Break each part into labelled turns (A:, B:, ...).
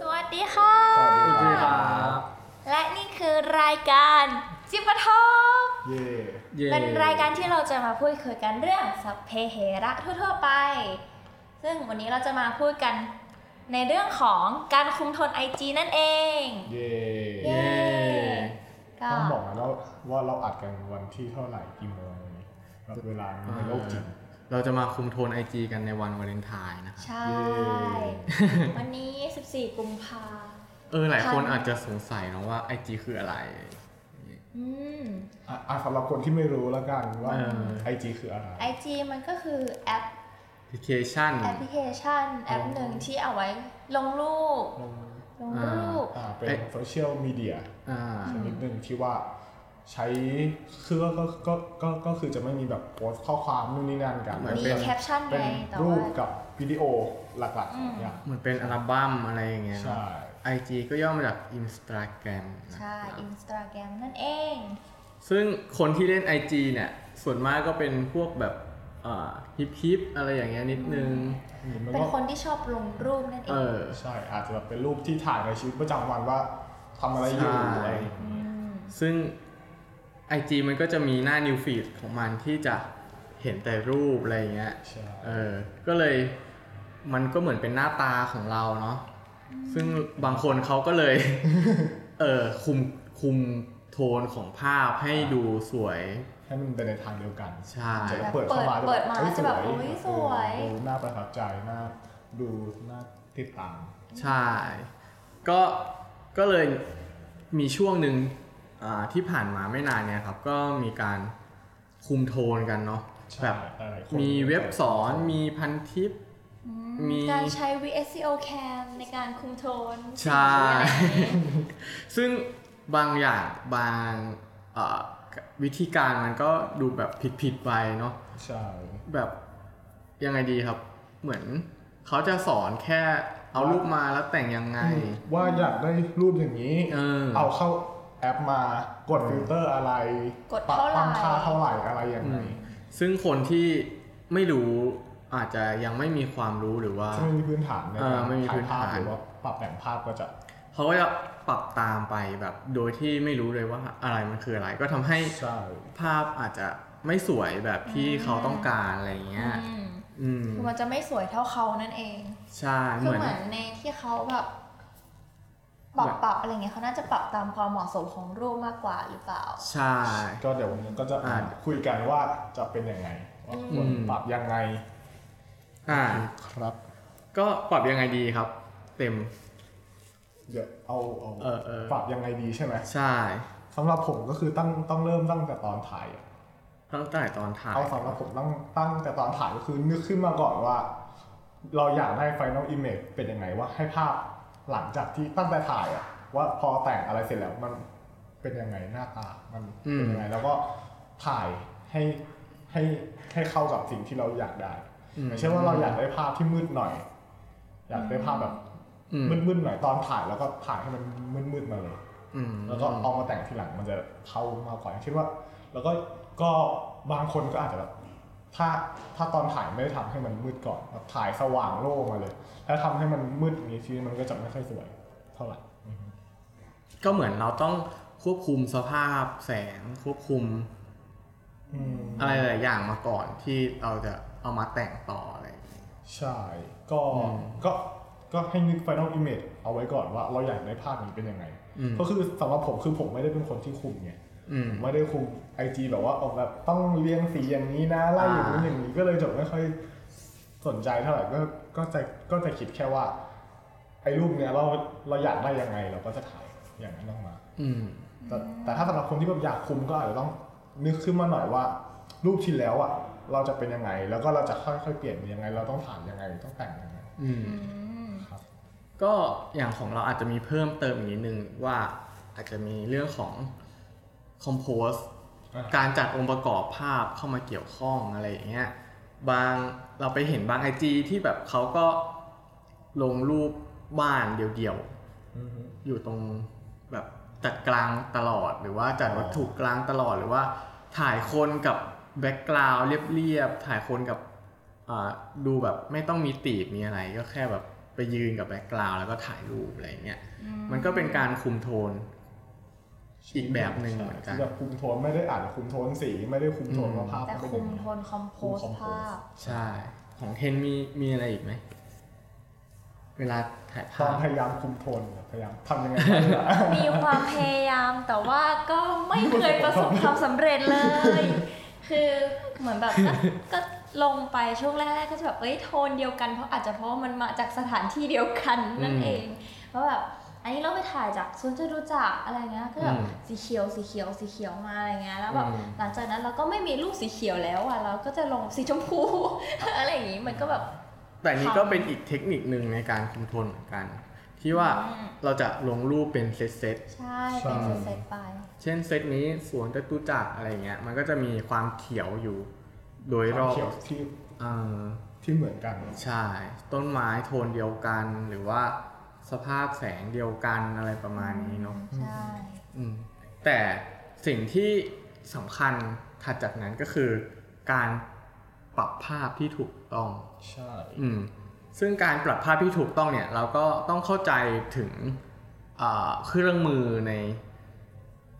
A: สวัสดีค่ะ และนี่คือรายการจิปะทอป
B: เย่
C: เย่
A: เป็นรายการที่เราจะมาพูดคุยกันเรื่องสัพเพเหระทั่วๆไป ซึ่งวันนี้เราจะมาพูดกันในเรื่องของการคุมโทน IG นั่นเอง
B: เย่
A: เย้ก็
B: ต้องบอกนะแล้วว่าเราอัดกันวันที่เท่าไหร่กี่โมงแบบเวลามันเป็นโลกจริง
C: เราจะมาคุมโทน IG กันในวันวาเลนไทน์นะครับ
A: ใช่ วันนี้ 14 กุมภา
C: เออหลาย
A: ค่ะ
C: คนอาจจะสงสัยนะว่า IG คืออะไร
A: อืม
B: อ่ะอ่ะสำหรับคนที่ไม่รู้แล้วกันว่า
C: เออ
B: ไอจีคืออะไร
A: IG มันก็คือแอป
C: แอปพลิเคชัน
A: แอปพลิเคชัน แอปหนึ่งที่เอาไว้ลงรูป
B: มัน
A: ลงรูป
B: อ่าเป็น
C: เอ๊ะ
B: โซเชียลมีเดีย
C: อ่า
B: ชนิดหนึ่งที่ว่าใช้คือก็ก็ก็ก็ก็คือจะไม่มีแบบโพสต์ข้อความนู่นนี่นั่นกัน
A: มีแคปชั่น
B: เป็น
A: ไงแต่
B: รู
A: ว่า
B: ปกับวิดีโอหลักๆอย่างเนี่ย
C: เหมือนเป็นอัลบั้มอะไรอย่างเงี้ย
B: ใช่
C: ไอจีก็ย่อมาจาก Instagram นะ
A: ใช่
C: ครับ
A: อินสตาแกรมนั่นเอง
C: ซึ่งคนที่เล่น IG เนี่ย ส่วนมากก็เป็นพวกแบบฮิปฮิปๆอะไรอย่างเงี้ยนิดนึง
B: มัน
A: เป็น
B: ก็
A: คนที่ชอบลงรูปนั่นเอ
C: เอง อ
B: ใช่อาจจะแบบเป็นรูปที่ถ่ายในชีวิตประจำวันว่าทำอะไรอยู่
C: ใช่
B: อะไรอย่างเงี้ย
A: ม
C: ซึ่ง IG มันก็จะมีหน้า New Feed ของมันที่จะเห็นแต่รูปอะไรอย่างเงี้ย
B: ใช่
C: เออ ก็เลยมันก็เหมือนเป็นหน้าตาของเราเนาะ ซึ่งบางคนเขาก็เลย เออคุมคุมโทนของภาพให้ดูสวย
B: ให้มันเป็นในทางเดียวกัน
C: ใช่
B: จะเปิดเข้ามา
A: เปิดมาแล้วจะแบบ
B: ฮ้
A: โอ้ยสวย
B: ดูน่าประทับใจน่าดูน่าติดตาม
C: ใช่ ก็ก็เลยมีช่วงหนึ่งอ่าที่ผ่านมาไม่นานเนี่ยครับ ก็มีการคุมโทนกันเนาะแบบ
B: หลายๆคน
C: มีเว็บสอนมีพันทิป
A: อืม
C: มี
A: การใช้ VSCO cam ในการคุมโทน
C: ใช่ ซึ่งบางอย่างบางเอ่อวิธีการมันก็ดูแบบผิดๆไปเนาะ
B: ใช่
C: แบบยังไงดีครับ เหมือนเขาจะสอนแค่เอารูปมาแล้วแต่งยังไง
B: ว่าอยากได้รูปอย่างนี้
C: เออ
B: เอาเข้าแอปมากดฟิลเตอร์อะไร
A: กด
B: ปรับ
A: เท่าไห
B: ตั้
A: ร่
B: งค่าเท่าไหร่อะไรยังไง
C: ซึ่งคนที่ไม่รู้อาจจะยังไม่มีความรู้หรือว่า
B: ที่ไม่มีพื้นฐานใน
C: เออก
B: า
C: ไม่
B: ร
C: มี
B: ถ่า
C: พื้
B: ย
C: น
B: ภาพ
C: ฐาน
B: หรือว่าปรับแต่งภาพก็จะ
C: เขาก็จะปรับตามไปแบบโดยที่ไม่รู้เลยว่าอะไรมันคืออะไร ก็ทำให้
B: ใช่
C: ภาพอาจจะไม่สวยแบบที่เขาต้องการอะไรอย่างเงี้ย
A: อืม
C: อืม
A: คือมันจะไม่สวยเท่าเขานั่นเอง
C: ใช่
A: คือ
C: เหมือน
A: เหมือนในที่เขาแบบปรับปรับอะไรเงี้ยเขาน่าจะปรับตามความเหมาะสมของรูปมากกว่าหรือเปล่า
C: ใช่
B: ก็เดี๋ยววันนี้ก็จะ
C: อ่า
B: คุยกันว่าจะเป็นยังไงว่าควรปรับยังไง
C: อ่า
B: ครับ
C: ก็ปรับยังไงดีครับ เต็ม
B: เดี๋ยวเอาเอา
C: เออเออ
B: ปรับยังไงดีใช่ไหม
C: ใช่
B: สำหรับผมก็คือตั้งต้องเริ่มตั้งแต่ตอนถ่ายอะ
C: ตั้งแต่ตอนถ่าย
B: เอาสำหรับผมตั้งตั้งแต่ตอนถ่ายก็คือนึกขึ้นมาก่อนว่า เราอยากได้ Final Image เป็นยังไงว่าให้ภาพหลังจากที่ตั้งแต่ถ่ายอะว่าพอแต่งอะไรเสร็จแล้วมันเป็นยังไงหน้าตามันเป็นยังไงแล้วก็ถ่ายให้ให้ให้เข้ากับสิ่งที่เราอยากได้ไม่ใช่ว่าเราอยากได้ภาพที่มืดหน่อย อยากได้ภาพแบบ
C: อืม
B: มืดๆหน่อยตอนถ่ายแล้วก็ถ่ายให้มันมืดๆมาเลย
C: อืม
B: แล้วก็เอามาแต่งทีหลังมันจะเข้ามากกว่าอย่างเช่นว่า แล้วก็ก็บางคนก็อาจจะแบบถ้าถ้าตอนถ่ายไม่ได้ทำให้มันมืดก่อนแบบถ่ายสว่างโล่งมาเลย แล้วทำให้มันมืดอย่างนี้ทีนี้มันก็จะไม่ค่อยสวยเท่าไหร่
C: ก็เหมือนเราต้องควบคุมสภาพแสงควบคุม
B: อืม
C: อะไรหลายอย่างมาก่อนที่เราจะเอามาแต่งต่ออะไรอย่างเงี้ย
B: ใช่ก็
C: อืม
B: ก็ก็ให้นึก Final Image เอาไว้ก่อนว่าเราอยากได้ภาพนี้เป็นยังไง
C: อืม
B: ก็คือสำหรับผมคือผมไม่ได้เป็นคนที่คุมไง
C: อืม
B: ไม่ได้คุมไอจีแบบว่าออกแบบต้องเรียงสีอย่างนี้นะไล่อย่างนี้
C: อ่า
B: อย่างนี้ก็เลยจบไม่ค่อยสนใจเท่าไหร่ก็ก็จะก็จะคิดแค่ว่า ไอรูปเนี้ยเราเราอยากได้ยังไงเราก็จะถ่ายอย่างนั้นออกมา
C: อืม
B: แต่แต่ถ้าสำหรับคนที่แบบอยากคุมก็อาจจะต้องนึกขึ้นมาหน่อยว่า รูปที่แล้วอ่ะเราจะเป็นยังไง แล้วก็เราจะค่อยๆเปลี่ยนยังไง เราต้องถ่ายยังไงต้องแต่งยังไง
C: อืม
A: อืม
B: ครับ
C: ก็อย่างของเราอาจจะมีเพิ่มเติมอีกนิดนึงว่าอาจจะมีเรื่องของคอมโพส
B: อ่ะ
C: การจัดองค์ประกอบภาพเข้ามาเกี่ยวข้องอะไรอย่างเงี้ยบางเราไปเห็นบางไอจีที่แบบเขาก็ลงรูปบ้านเดี่ยว
B: อือฮึ
C: ๆ อยู่ตรงแบบ จัดกลางตลอดหรือว่าจัดวัตถุกลางตลอดหรือว่าถ่ายคนกับแบ็กกราวด์เรียบๆถ่ายคนกับอ่าดูแบบไม่ต้องมีตีบมีอะไร ก็แค่แบบไปยืนกับแบ็กกราวด์แล้วก็ถ่ายรูปอะไรอย่างเงี้ย
A: อื
C: มันก็เป็นการคุมโทน อีกแบบหนึ่งเหมือนกัน
B: แบบคุมโทนไม่ได้อ่านคุมโทนสีไม่ได้คุมโทนว่าภาพ
A: แต่
B: มัน
A: คุ
B: เป็นยั
A: ม
B: งไง
A: โทนคอมโพส
B: คุม compose
A: ภาพ
C: ใช่ ของเฮนมีมีอะไรอีกไหม เวลาถ่าย
B: ตอ
C: ภาน พ
B: พยายามคุมโทนพยายามทำยังไงบ้างล่ะ
A: มีความพยายามแต่ว่าก็ไม่เคยประสบความสำเร็จเลย คือเหมือนแบบก็ก็ลงไปช่วงแรกๆก็จะแบบเอ้ยโทนเดียวกันเพราะอาจจะเพราะว่ามันมาจากสถานที่เดียวกันนั่นเองเพราะแบบอันนี้เราไปถ่ายจากซุนจรุจักรอะไรเงี้ยก็แบบ
C: อืม
A: สีเขียวสีเขียวสีเขียวมาอะไรเงี้ยแล้วแบบ
C: อืม
A: หลังจากนั้นเราก็ไม่มีรูปสีเขียวแล้วอ่ะเราก็จะลงสีชมพู อะไรอย่างงี้มันก็แบบ
C: แต่นี้ก็เป็นอีกเทคนิคหนึ่งในการคุมโทนเหมือนกัน ที่ว่า
A: อืม
C: เราจะลงรูปเป็นเซตเซต
A: ใช่เป็น
B: ใช่
A: เซตๆไป
C: ๆเช่นเซตนี้สวนจตุจักรอะไรเงี้ย มันก็จะมีความเขียวอยู่ โดยรอบ
B: เขียวที่
C: เออ
B: ที่เหมือนกัน
C: ใช่ ต้นไม้โทนเดียวกัน หรือว่าสภาพแสงเดียวกันอะไรประมาณนี้เนาะ
A: ใช่
C: อืมแต่สิ่งที่สำคัญถัดจากนั้นก็คือการปรับภาพที่ถูกต้อง
B: ใช่
C: อืมซึ่งการปรับภาพที่ถูกต้องเนี่ย เราก็ต้องเข้าใจถึงอ่าเครื่องมือใน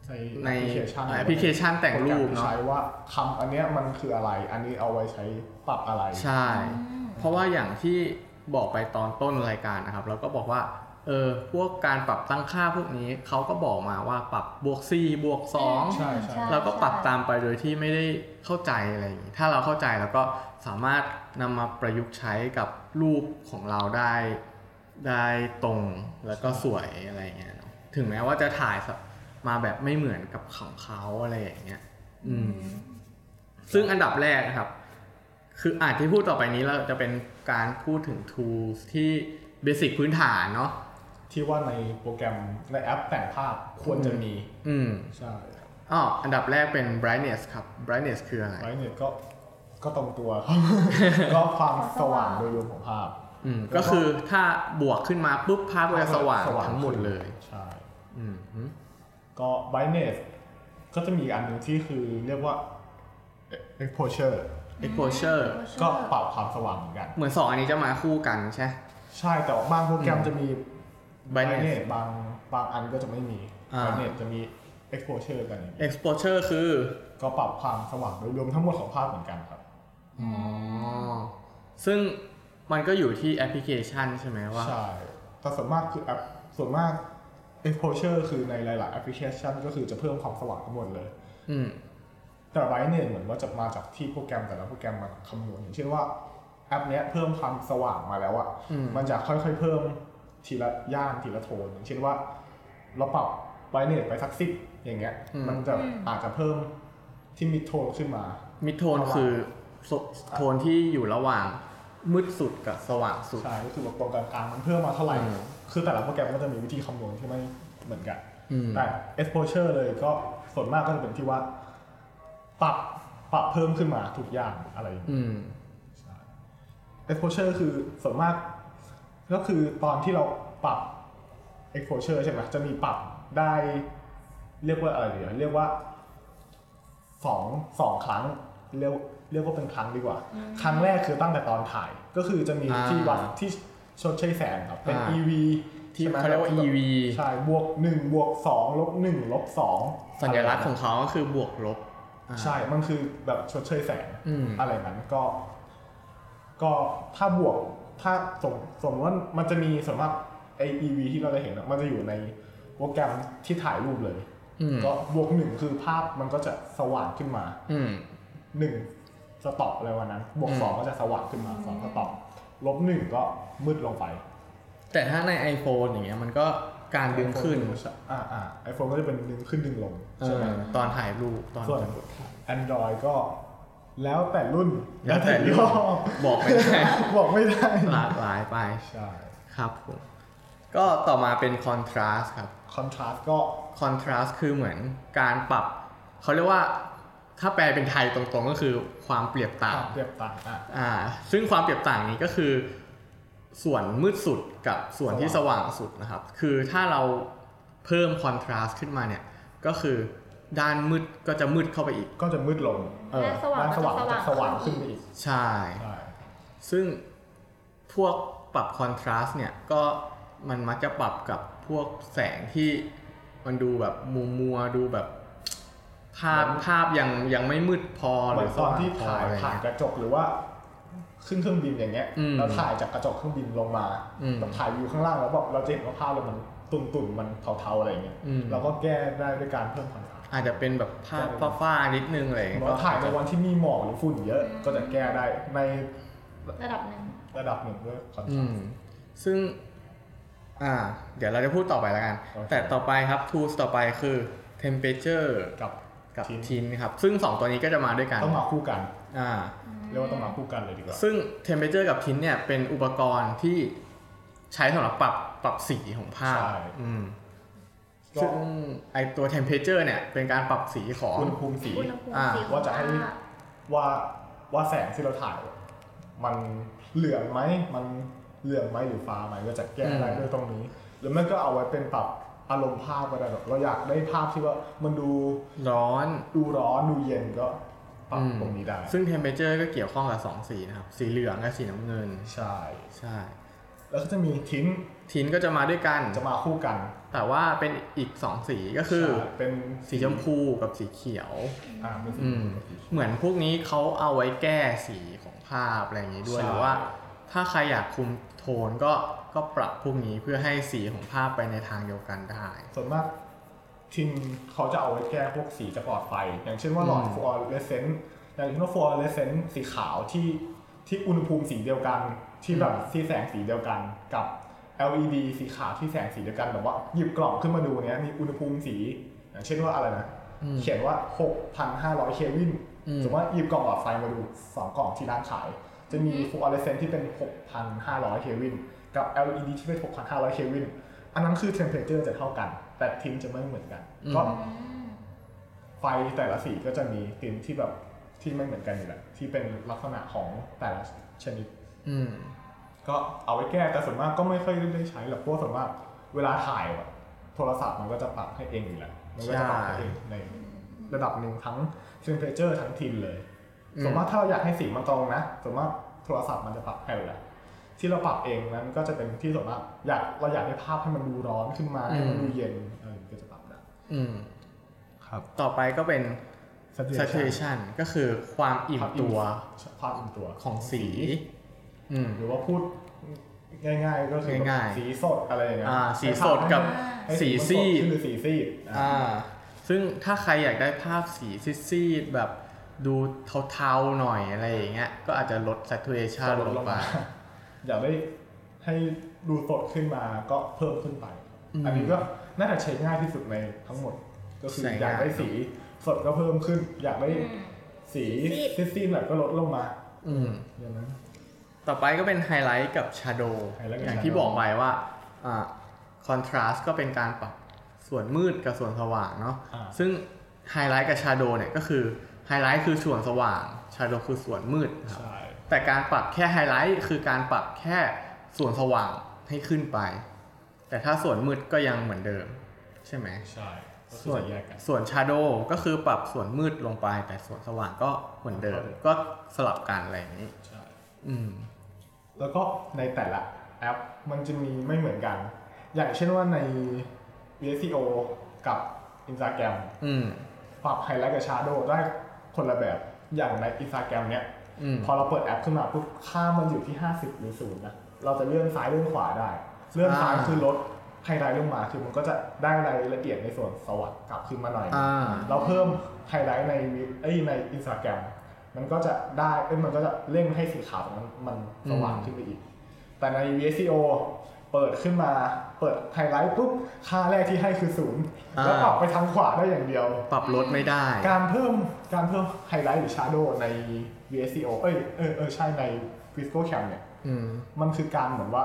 B: ใน
C: ใน
B: แอปพลิเคชัน
C: แอปพลิเคชันแต่งรูปเนอะ
B: ใช้ว่าคำอันเนี้ยมันคืออะไร อันนี้เอาไว้ใช้ปรับอะไร
C: ใช่
A: อืม
C: เพราะว่าอย่างที่บอกไปตอนต้นรายการนะครับ เราก็บอกว่าเออพวกการปรับตั้งค่าพวกนี้เขาก็บอกมาว่าปรับบวก4บวก2
B: ใช่ใช่
C: เราก็ปรับตามไปโดยที่ไม่ได้เข้าใจอะไรอย่างนี้ถ้าเราเข้าใจเราก็สามารถนำมาประยุกต์ใช้กับรูปของเราได้ได้ตรงแล้วก็สวยอะไรอย่างเงี้ยเนอะถึงแม้ว่าจะถ่ายมาแบบไม่เหมือนกับของเขาอะไรอย่างเงี้ย อืม ซึ่งอันดับแรกนะครับ คืออาจที่พูดต่อไปนี้เราจะเป็นการพูดถึง tools ที่เบสิกพื้นฐานเนาะ
B: ที่ว่าในโปรแกรมในแอปแต่งภาพควรจะมี
C: อืม
B: ใช่
C: อ๋ออันดับแรกเป็น brightness ครับ brightness คืออะไร
B: ไลท์เน็ตก็ก็ตรงตัว ครับ ก็ความสว่างโดยรวมของภาพ
C: อืม
B: แล้
C: ก็
B: วก็
C: คือถ้าบวกขึ้นมาปุ๊บภาพก็จะสว่างทั้งหมดเลย
B: ใช่
C: อืมฮึ
B: ก็ไบเนสก็จะมีอีกอันหนึ่งที่คือเรียกว่า exposure
C: exposure
B: ก็ปรับความสว่างเหมือนกัน
C: เหมือนสองอันนี้จะมาคู่กันใช่
B: ใช่แต่ว่าบางโปรแกรมจะมี
C: brightness
B: brightness บางบางอันก็จะไม่มี
C: อ่า
B: ไบเนสจะมี exposure กันอย่างเงี้ย
C: exposure คือ
B: ก็ปรับความสว่างโดยรวมทั้งหมดของภาพเหมือนกันครับ
C: อ๋อซึ่งมันก็อยู่ที่แอปพลิเคชันใช่ไหมว่า
B: ใช่ แต่ส่วนมากคือแอปส่วนมาก exposure คือในหลายๆแอปพลิเคชันก็คือจะเพิ่มความสว่างทั้งหมดเลย
C: อืม
B: แต่ไว้เนี่ยเหมือนว่าจะมาจากที่โปรแกรมแต่ละโปรแกรมมันคำนวณอย่างเช่นว่าแอปเนี้ยเพิ่มความสว่างมาแล้วอะ
C: อืม
B: มันจะค่อยๆเพิ่มทีละย่านทีละโทน อย่างเช่นว่า เราปรับไวเนตไปสักสิบอย่างเงี้ย มันจะ
A: อืม
B: อาจจะเพิ่มที่มิดโทนขึ้นมา
C: มิดโทนคือโซโทนที่อยู่ระหว่างมืดสุดกับสว่างสุด
B: ใช่ก็คือแบบตรงกลางๆมันเพิ่มมาเท่าไหร่
C: อืม
B: คือแต่ละโปรแกรมก็จะมีวิธีคำนวณที่ไม่เหมือนกัน
C: อืม
B: แต่ exposure เลยก็ส่วนมากก็จะเป็นที่ว่า ปรับปรับเพิ่มขึ้นมาทุกอย่างอะไรอย่างเงี้ย
C: อืม
B: exposure คือส่วนมาก ก็คือตอนที่เราปรับ exposure ใช่ไหมจะมีปรับได้ เรียกว่าอะไรเดียวเรียกว่าสองสองครั้งเรียกเรียกว่าเป็นครั้งดีกว่า ครั้งแรกคือตั้งแต่ตอนถ่าย ก็คือจะมี
C: อ่า
B: ที่วัดที่ชดใช้แสงครับเป็น
C: อ่า
B: EV
C: ที่
B: ใช่ไหม
C: เขาเรียกว่า EV
B: ใช่บวกหนึ่งบวกสองลบหนึ่งลบสอง
C: สัญลักษณ์ของเขาก็คือบวกลบอ่า
B: ใช่มันคือแบบชดเชยแสง
C: อืม
B: อะไรนั้นก็ ก็ถ้าบวกถ้าสมสมมติว่ามันจะมีสำหรับไอ EV ที่เราจะเห็นอะมันจะอยู่ในโปรแกรมที่ถ่ายรูปเลย
C: อืม
B: ก็บวกหนึ่งคือภาพมันก็จะสว่างขึ้นมา
C: อืม
B: หนึ่งสต็อปอะไรวันนั้น บวก
C: อืม
B: สองก็จะสว่างขึ้นมาสองสต็อปลบหนึ่งก็มืดลงไป
C: แต่ถ้าใน iPhone อย่างเงี้ยมันก็การดึงขึ้น
B: อ่าอ่าไอโฟนก็จะเป็นดึงขึ้นดึงลง
C: เอ
B: ใช่ไหม
C: อตอนถ่ายรูปตอน
B: ส่วน Android ก็แล้วแต่รุ่น
C: แล้วแต่รุ่น
B: ยี่ห้อ
C: บอกไม่ได้
B: บอกไม่ได้
C: หลากหลายไป
B: ใช่
C: ครับผมก็ต่อมาเป็น contrast ครับ
B: คอนทราสต์ก็
C: contrast คือเหมือนการปรับ เขาเรียกว่าถ้าแปลเป็นไทยตรงๆก็คือความเปรียบต่าง
B: เรียบต่างอ่ะ
C: อ่า ซึ่งความเปรียบต่างนี้ก็คือ ส่วนมืดสุดกับส่วนที่สว่างสุดนะครับ คือถ้าเรา เพิ่มคอนทราสต์ขึ้นมาเนี่ยก็คือด้านมืดก็จะมืดเข้าไปอีก
B: ก็จะมืดลง
C: เออ
A: และสว่าง
B: ด้า
A: ก็
B: นส
A: จะ
B: ว่างจะ
A: ส
B: ส
A: ว่า
B: ว่าง ง
A: ขึ้
B: ขึ้
A: น
B: น
A: ไป
B: ไป
A: อี
B: อี
A: ก
B: ก
C: ใช่
B: ใช่
C: ซึ่งพวกปรับคอนทราสต์เนี่ยก็มันมักจะปรับกับพวกแสงที่มันดูแบบมัวมัวๆดูแบบ ภาพภาพยังยังไม่มืดพอห
B: เหมื
C: รือ อน ส
B: ตอน
C: ว่าง
B: ที่
C: พอ
B: ถ่าย
C: อะไร
B: ผ่าน
C: เงี้ย
B: กระจกหรือว่าขึ้นเครื่องบินอย่างเงี้ย
C: อืม
B: เราถ่ายจากกระจกเครื่องบินลงมา
C: อืม
B: แบบถ่ายวิวข้างล่างแล้วบอกเราจะเห็นว่าภาพเรามันตุ่นตุ่นๆมันเทาๆอะไรอย่างเงี้ย
C: อืม
B: เราก็แก้ได้ด้วยการเพิ่มคอนทราสต์
C: อาจจะเป็นแบบภาพฟ้าๆนิดนึงอะไร
B: ห
C: เงี้
B: รือ
C: ยก็
B: ว่าถ่ายในวันที่มีหมอกหรือฝุ่นเยอะก็จะแก้ได้ใน
A: ระดับหนึ่ง
B: ระดับหนึ่งด้วยคอนท
C: อื
B: ราส
C: ม
B: ต์
C: ซึ่ง อ่า เดี๋ยวเราจะพูดต่อไปแล้วกัน
B: โอเค
C: แต่ต่อไปครับ tools ต่อไปคือ temperature
B: กับ
C: กับ
B: tint
C: tint ครับ ซึ่งสองตัวนี้ก็จะมาด้วยกัน
B: ต้องมาคู่กัน
C: อ่า
B: เรียกว่าต้องมาคู่กันเลยดีกว่า
C: ซึ่ง temperature กับ tint เนี่ยเป็นอุปกรณ์ที่ใช้สำหรับปรับปรับสีของภาพ
B: ใช่
C: อืม
B: ก็
C: ซึ่งไอตัว temperature เนี่ยเป็นการปรับสีของ
B: อุณหภูมิสี
A: อุณหภูมิ
C: อ่า
A: สีของ
B: ว่าจะให้
A: ภพ
B: ว่าว่าแสงที่เราถ่าย มันเหลืองไหมมันเหลืองไหมหรือฟ้าไหมก็จะแก้ได้
C: อืม
B: ด้วยตรงนี้ หรือไม่ก็เอาไว้เป็นปรับอารมณ์ภาพก็ได้แบบเราอยากได้ภาพที่ว่ามันดู
C: ร้อน
B: ดูร้อนดูเย็นก็ปรับ
C: อืม
B: ตรงนี้ได้
C: ซึ่ง temperature ก็เกี่ยวข้องกับ 2 สีนะครับ สีเหลืองกับสีน้ำเงิน
B: ใช่
C: ใช่
B: แล้วก็จะมีทิ้ง
C: tint ก็จะมาด้วยกัน
B: จะมาคู่กัน
C: แต่ว่าเป็นอีก 2 สีก็คือ
B: ใช่เป็น
C: สีชมพูกับสีเขียว
B: อ่าเป็นสี
C: อืม เหมือนพวกนี้เขาเอาไว้แก้สีของภาพอะไรอย่างนี้ด้วยหรือว่า ถ้าใครอยากคุมโทนก็ก็ปรับพวกนี้เพื่อให้สีของภาพไปในทางเดียวกันได้
B: ส่วนมากทิ้งเขาจะเอาไว้แก้พวกสีจากหลอดไฟ อย่างเช่นว่าหลอด
C: อืม
B: ฟัวเรสเซนต์อย่างเช่นว่าฟัวเรสเซนต์สีขาวที่ที่อุณหภูมิสีเดียวกันที่แบบที่แสงสีเดียวกันกับ LED สีขาวที่แสงสีเดียวกันแบบว่าหยิบกล่องขึ้นมาดูเนี้ยมีอุณหภูมิสี อย่างเช่นว่าอะไรนะ
C: อืม
B: เขียนว่า 6,500 เควิน
C: อืม
B: สมมติว่าหยิบกล่องหลอดไฟมาดู 2 กล่องที่ร้านขาย จะมีฟลูออเรสเซนต์ที่เป็น 6,500 เควิน กับ LED ที่เป็น 6,500 เควิน อันนั้นคือเทมเพ a เจอร์จะเท่ากัน แต่ทิมจะไม่เหมือนกัน ก็
A: อืม
B: ไฟแต่ละสีก็จะมีทิมที่แบบที่ไม่เหมือนกันอยู่แหละที่เป็นลักษณะของแต่ละชนิด
C: อืม
B: ก็เอาไว้แก้แต่ส่วนมากก็ไม่ค่อยได้ใช้หรอกเพราะว่าส่วนมากเวลาถ่ายแบบโทรศัพท์มันก็จะปรับให้เองอยู่แล้วมันก็จะปรับให้เองในระดับหนึ่งทั้ง temperature ทั้งทินเลย
C: อืม
B: ส่วนมากถ้าเราอยากให้สีมันตรงนะส่วนมากโทรศัพท์มันจะปรับให้อยู่แล้วที่เราปรับเองนั้นก็จะเป็นที่ส่วนมากอยากเราอยากให้ภาพให้มันดูร้อนขึ้นมาให้มันดูเย็นเออก็จะปรับได้
C: อืม
B: ครับ
C: ต่อไปก็เป็น saturation ก็คือความอิ่มตัว
B: ความอิ่มตัว
C: ของสี อืม
B: หรือว่าพูดง่ายๆก็คือแบบ
C: ง่ายๆ
B: สีสดอะไรอย่างเงี้ย
C: อ่าสีสดกับ
B: ให้
C: สีซีด
B: มันสขึ้นหรือสีซีดอ่า
C: อ่า ซึ่งถ้าใครอยากได้ภาพสีซีดๆแบบดูเทาๆหน่อยอะไรอย่างเงี้ย ก็อาจจะลด saturation ลงไป
B: อยากได้ให้ดูสดขึ้นมาก็เพิ่มขึ้นไป
C: อืม
B: อันนี้ก็น่าจะใช้ง่ายที่สุดในทั้งหมด ก็คือ
C: ใช้ง่าย
B: อยากได้สีสดก็เพิ่มขึ้น อยากได้
A: อืม
B: สี
A: ซี
B: ซี
A: ด
B: ดๆหน่อยก็ลดลงมา
C: อืม
B: อย่างนั้น
C: ต่อไปก็เป็นไฮไลท์กับชาโด
B: highlight กับ
C: อย่างที่
B: shadow
C: บอกไปว่าคอนทราสต์ก็เป็นการปรับส่วนมืดกับส่วนสว่างเนาะ
B: อ่า
C: ซึ่งไฮไลท์กับชาโดเนี่ยก็คือไฮไลท์คือส่วนสว่างชาโดคือส่วนมืดนะครับ
B: ใช่
C: แต่การปรับแค่ไฮไลท์คือการปรับแค่ส่วนสว่างให้ขึ้นไป แต่ถ้าส่วนมืดก็ยังเหมือนเดิม ใช่ไหม
B: ใช่ก็คือ
C: ส่วน
B: จะแยกกัน
C: ส่วนชาโดก็คือปรับส่วนมืดลงไป แต่ส่วนสว่างก็เหมือนเดิม
B: เท่าเดิม
C: ก็สลับกันอะไรอย่างนี้
B: ใช่
C: อืม
B: แล้วก็ในแต่ละแอปมันจะมีไม่เหมือนกัน อย่างเช่นว่าใน VSCO กับ Instagram
C: อืม
B: ปรับไฮไลท์กับชาร์โดได้คนละแบบ อย่างใน Instagram เนี้ย
C: อืม
B: พอเราเปิดแอปขึ้นมาปุ๊บค่ามันอยู่ที่ 50 หรือ0นะ เราจะเลื่อนซ้ายเลื่อนขวาได้ เลื่อนซ้าย
C: อ่า
B: คือลดไฮไลท์ลงมาคือมันก็จะได้รายละเอียดในส่วนสวัสดกลับขึ้นมาหน่อย
C: อ่า
B: เราเพิ่มไฮไลท์ในวิเอ้ยในอินสตาแกรมมันก็จะได้เอ้ยมันก็จะเร่งให้สีขาวตรงนั้นมันสว่าง
C: อืม
B: ขึ้นไปอีก แต่ใน VSCO เปิดขึ้นมาเปิดไฮไลท์ปุ๊บค่าแรกที่ให้คือศูนย์แล้วออกไปทางขวาได้อย่างเดียว
C: ปรับลดไม่ได้
B: การเพิ่มการเพิ่มไฮไลท์หรือชาร์โดใน VSCO เอ้ยเออเออใช่ใน Visco Cam เนี่ย
C: อืม
B: มันคือการเหมือนว่า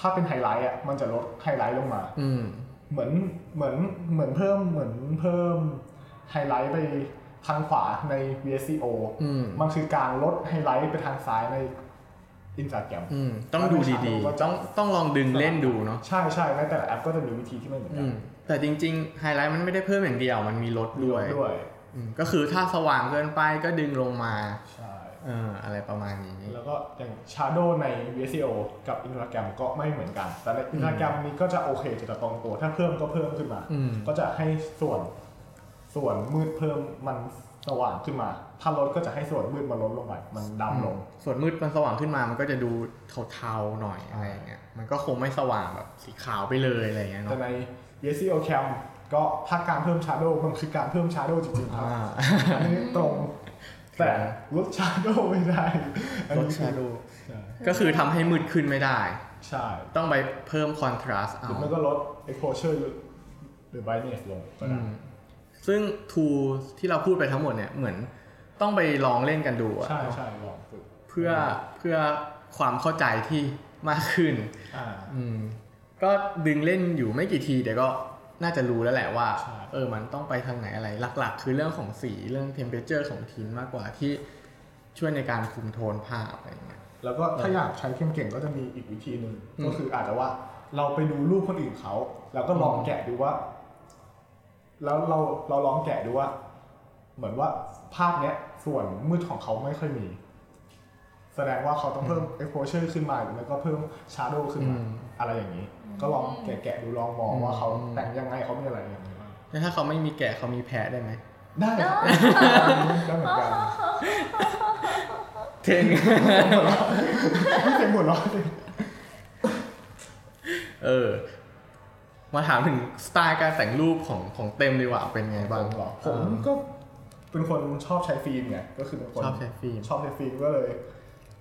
B: ถ้าเป็นไฮไลท์อ่ะมันจะลดไฮไลท์ลงมา
C: อืม
B: เหมือนเหมือนเหมือนเพิ่มเหมือนเพิ่มไฮไลท์ไปทางขวาใน VSCO
C: อืม
B: มันคือการลดไฮไลท์ไปทางซ้ายใน Instagram
C: อืม ต้องดูดีๆ ต้องต้องลองดึงเล่นดูเนาะ
B: ใช่ใช่ในแต่ละแอปก็จะมีวิธีที่ไม่เหมือนกั
C: อื
B: น
C: ม แต่จริงๆไฮไลท์มันไม่ได้เพิ่มอย่างเดียวมันมีลดด้วย
B: ด้วย
C: อืมก็คือถ้าสว่างเกินไปก็ดึงลงมา
B: ใช่
C: เอออะไรประมาณนี้
B: แล้วก็อย่างชาร์โดใน VSCO กับ Instagram ก็ไม่เหมือนกัน แต่ใน Instagram นี้ก็จะโอเคจะตรงตัว ถ้าเพิ่มก็เพิ่มขึ้นมา
C: อืม
B: ก็จะให้ส่วนส่วนมืดเพิ่มมันสว่างขึ้นมา ถ้าลดก็จะให้ส่วนมืดมันลดลงไปมันดำลง
C: ส่วนมืดมันสว่างขึ้นมามันก็จะดูเทาๆหน่อยอะไรอย่างเงี้ยมันก็คงไม่สว่างแบบสีขาวไปเลยอะไรอย่างเงี้ย
B: แต่
C: เนาะ
B: ใน VSCO Cam ก็ถ้าการเพิ่มชาร์โดมันคือการเพิ่มชาร์โดจริงๆครับ
C: อ่า
B: อันนี้ตรง แต่ลดชาโดว์ไม่ได้อัน
C: ลด
B: นี้คือ
C: ชาโดว์
B: ใช่
C: ก็คือทำให้มืดขึ้นไม่ได้
B: ใช่
C: ต้องไปเพิ่มคอนทราสต์
B: ห
C: เอา
B: รือไม่ก็ลด exposure หรือ brightness ลงก็
C: อื
B: ได้
C: มซึ่งทูที่เราพูดไปทั้งหมดเนี่ยเหมือนต้องไปลองเล่นกันดูอะ
B: ใช่ใช่ลองฝึก
C: เพื่อเพื่อความเข้าใจที่มากขึ้น
B: อ่า
C: อืมก็ดึงเล่นอยู่ไม่กี่ทีเดี๋ยวก็น่าจะรู้แล้วแหละว่า
B: ใช่
C: เออมันต้องไปทางไหนอะไรหลักๆ คือเรื่องของสีเรื่องเทมเ e อร์เจอร์ของทินมากกว่าที่ช่วยในการคุมโทนภาพอะไรอย่างเงี้ย
B: แล้วก็ถ้าอยากใช้เข้มเก่งก็จะมีอีกวิธีหนึ่ง
C: อืม
B: ก็คืออาจจะว่าเราไปดูรูปคนอื่นเขา แล้วก็ลอง
C: อืม
B: แกะดูว่า แล้วเราเราลองแกะดูว่า เหมือนว่าภาพเนี้ย ส่วนมืดของเขาไม่ค่อยมี แสดงว่าเขาต้องเพิ่ม exposure ขึ้นมาหรือไม่ก็เพิ่ม shadow ขึ้นมา อะไรอย่างนี้ ก็ลองแกะๆดูลองมองว่าเขาแต่งยังไงเขามีอะไรอย่างนี้บ้าง
C: แล้วถ้าเขาไม่มีแกะเขามีแพะได้ไหม
B: ได้
A: เน
B: ครับ
A: อะ
B: ได้เหมือนกัน
C: เทง
B: ไม่เป็นหมดหรอก
C: เออ มาถามถึงสไตล์การแต่งรูปของของเต็มดีกว่าเป็นไงบ้าง
B: ผม
C: เออ
B: ก็เป็นคนชอบใช้ฟิล์มไงก็คือเป็นคน
C: ชอบใช้ฟิล์ม
B: ชอบใช้ฟิล์มก็เลย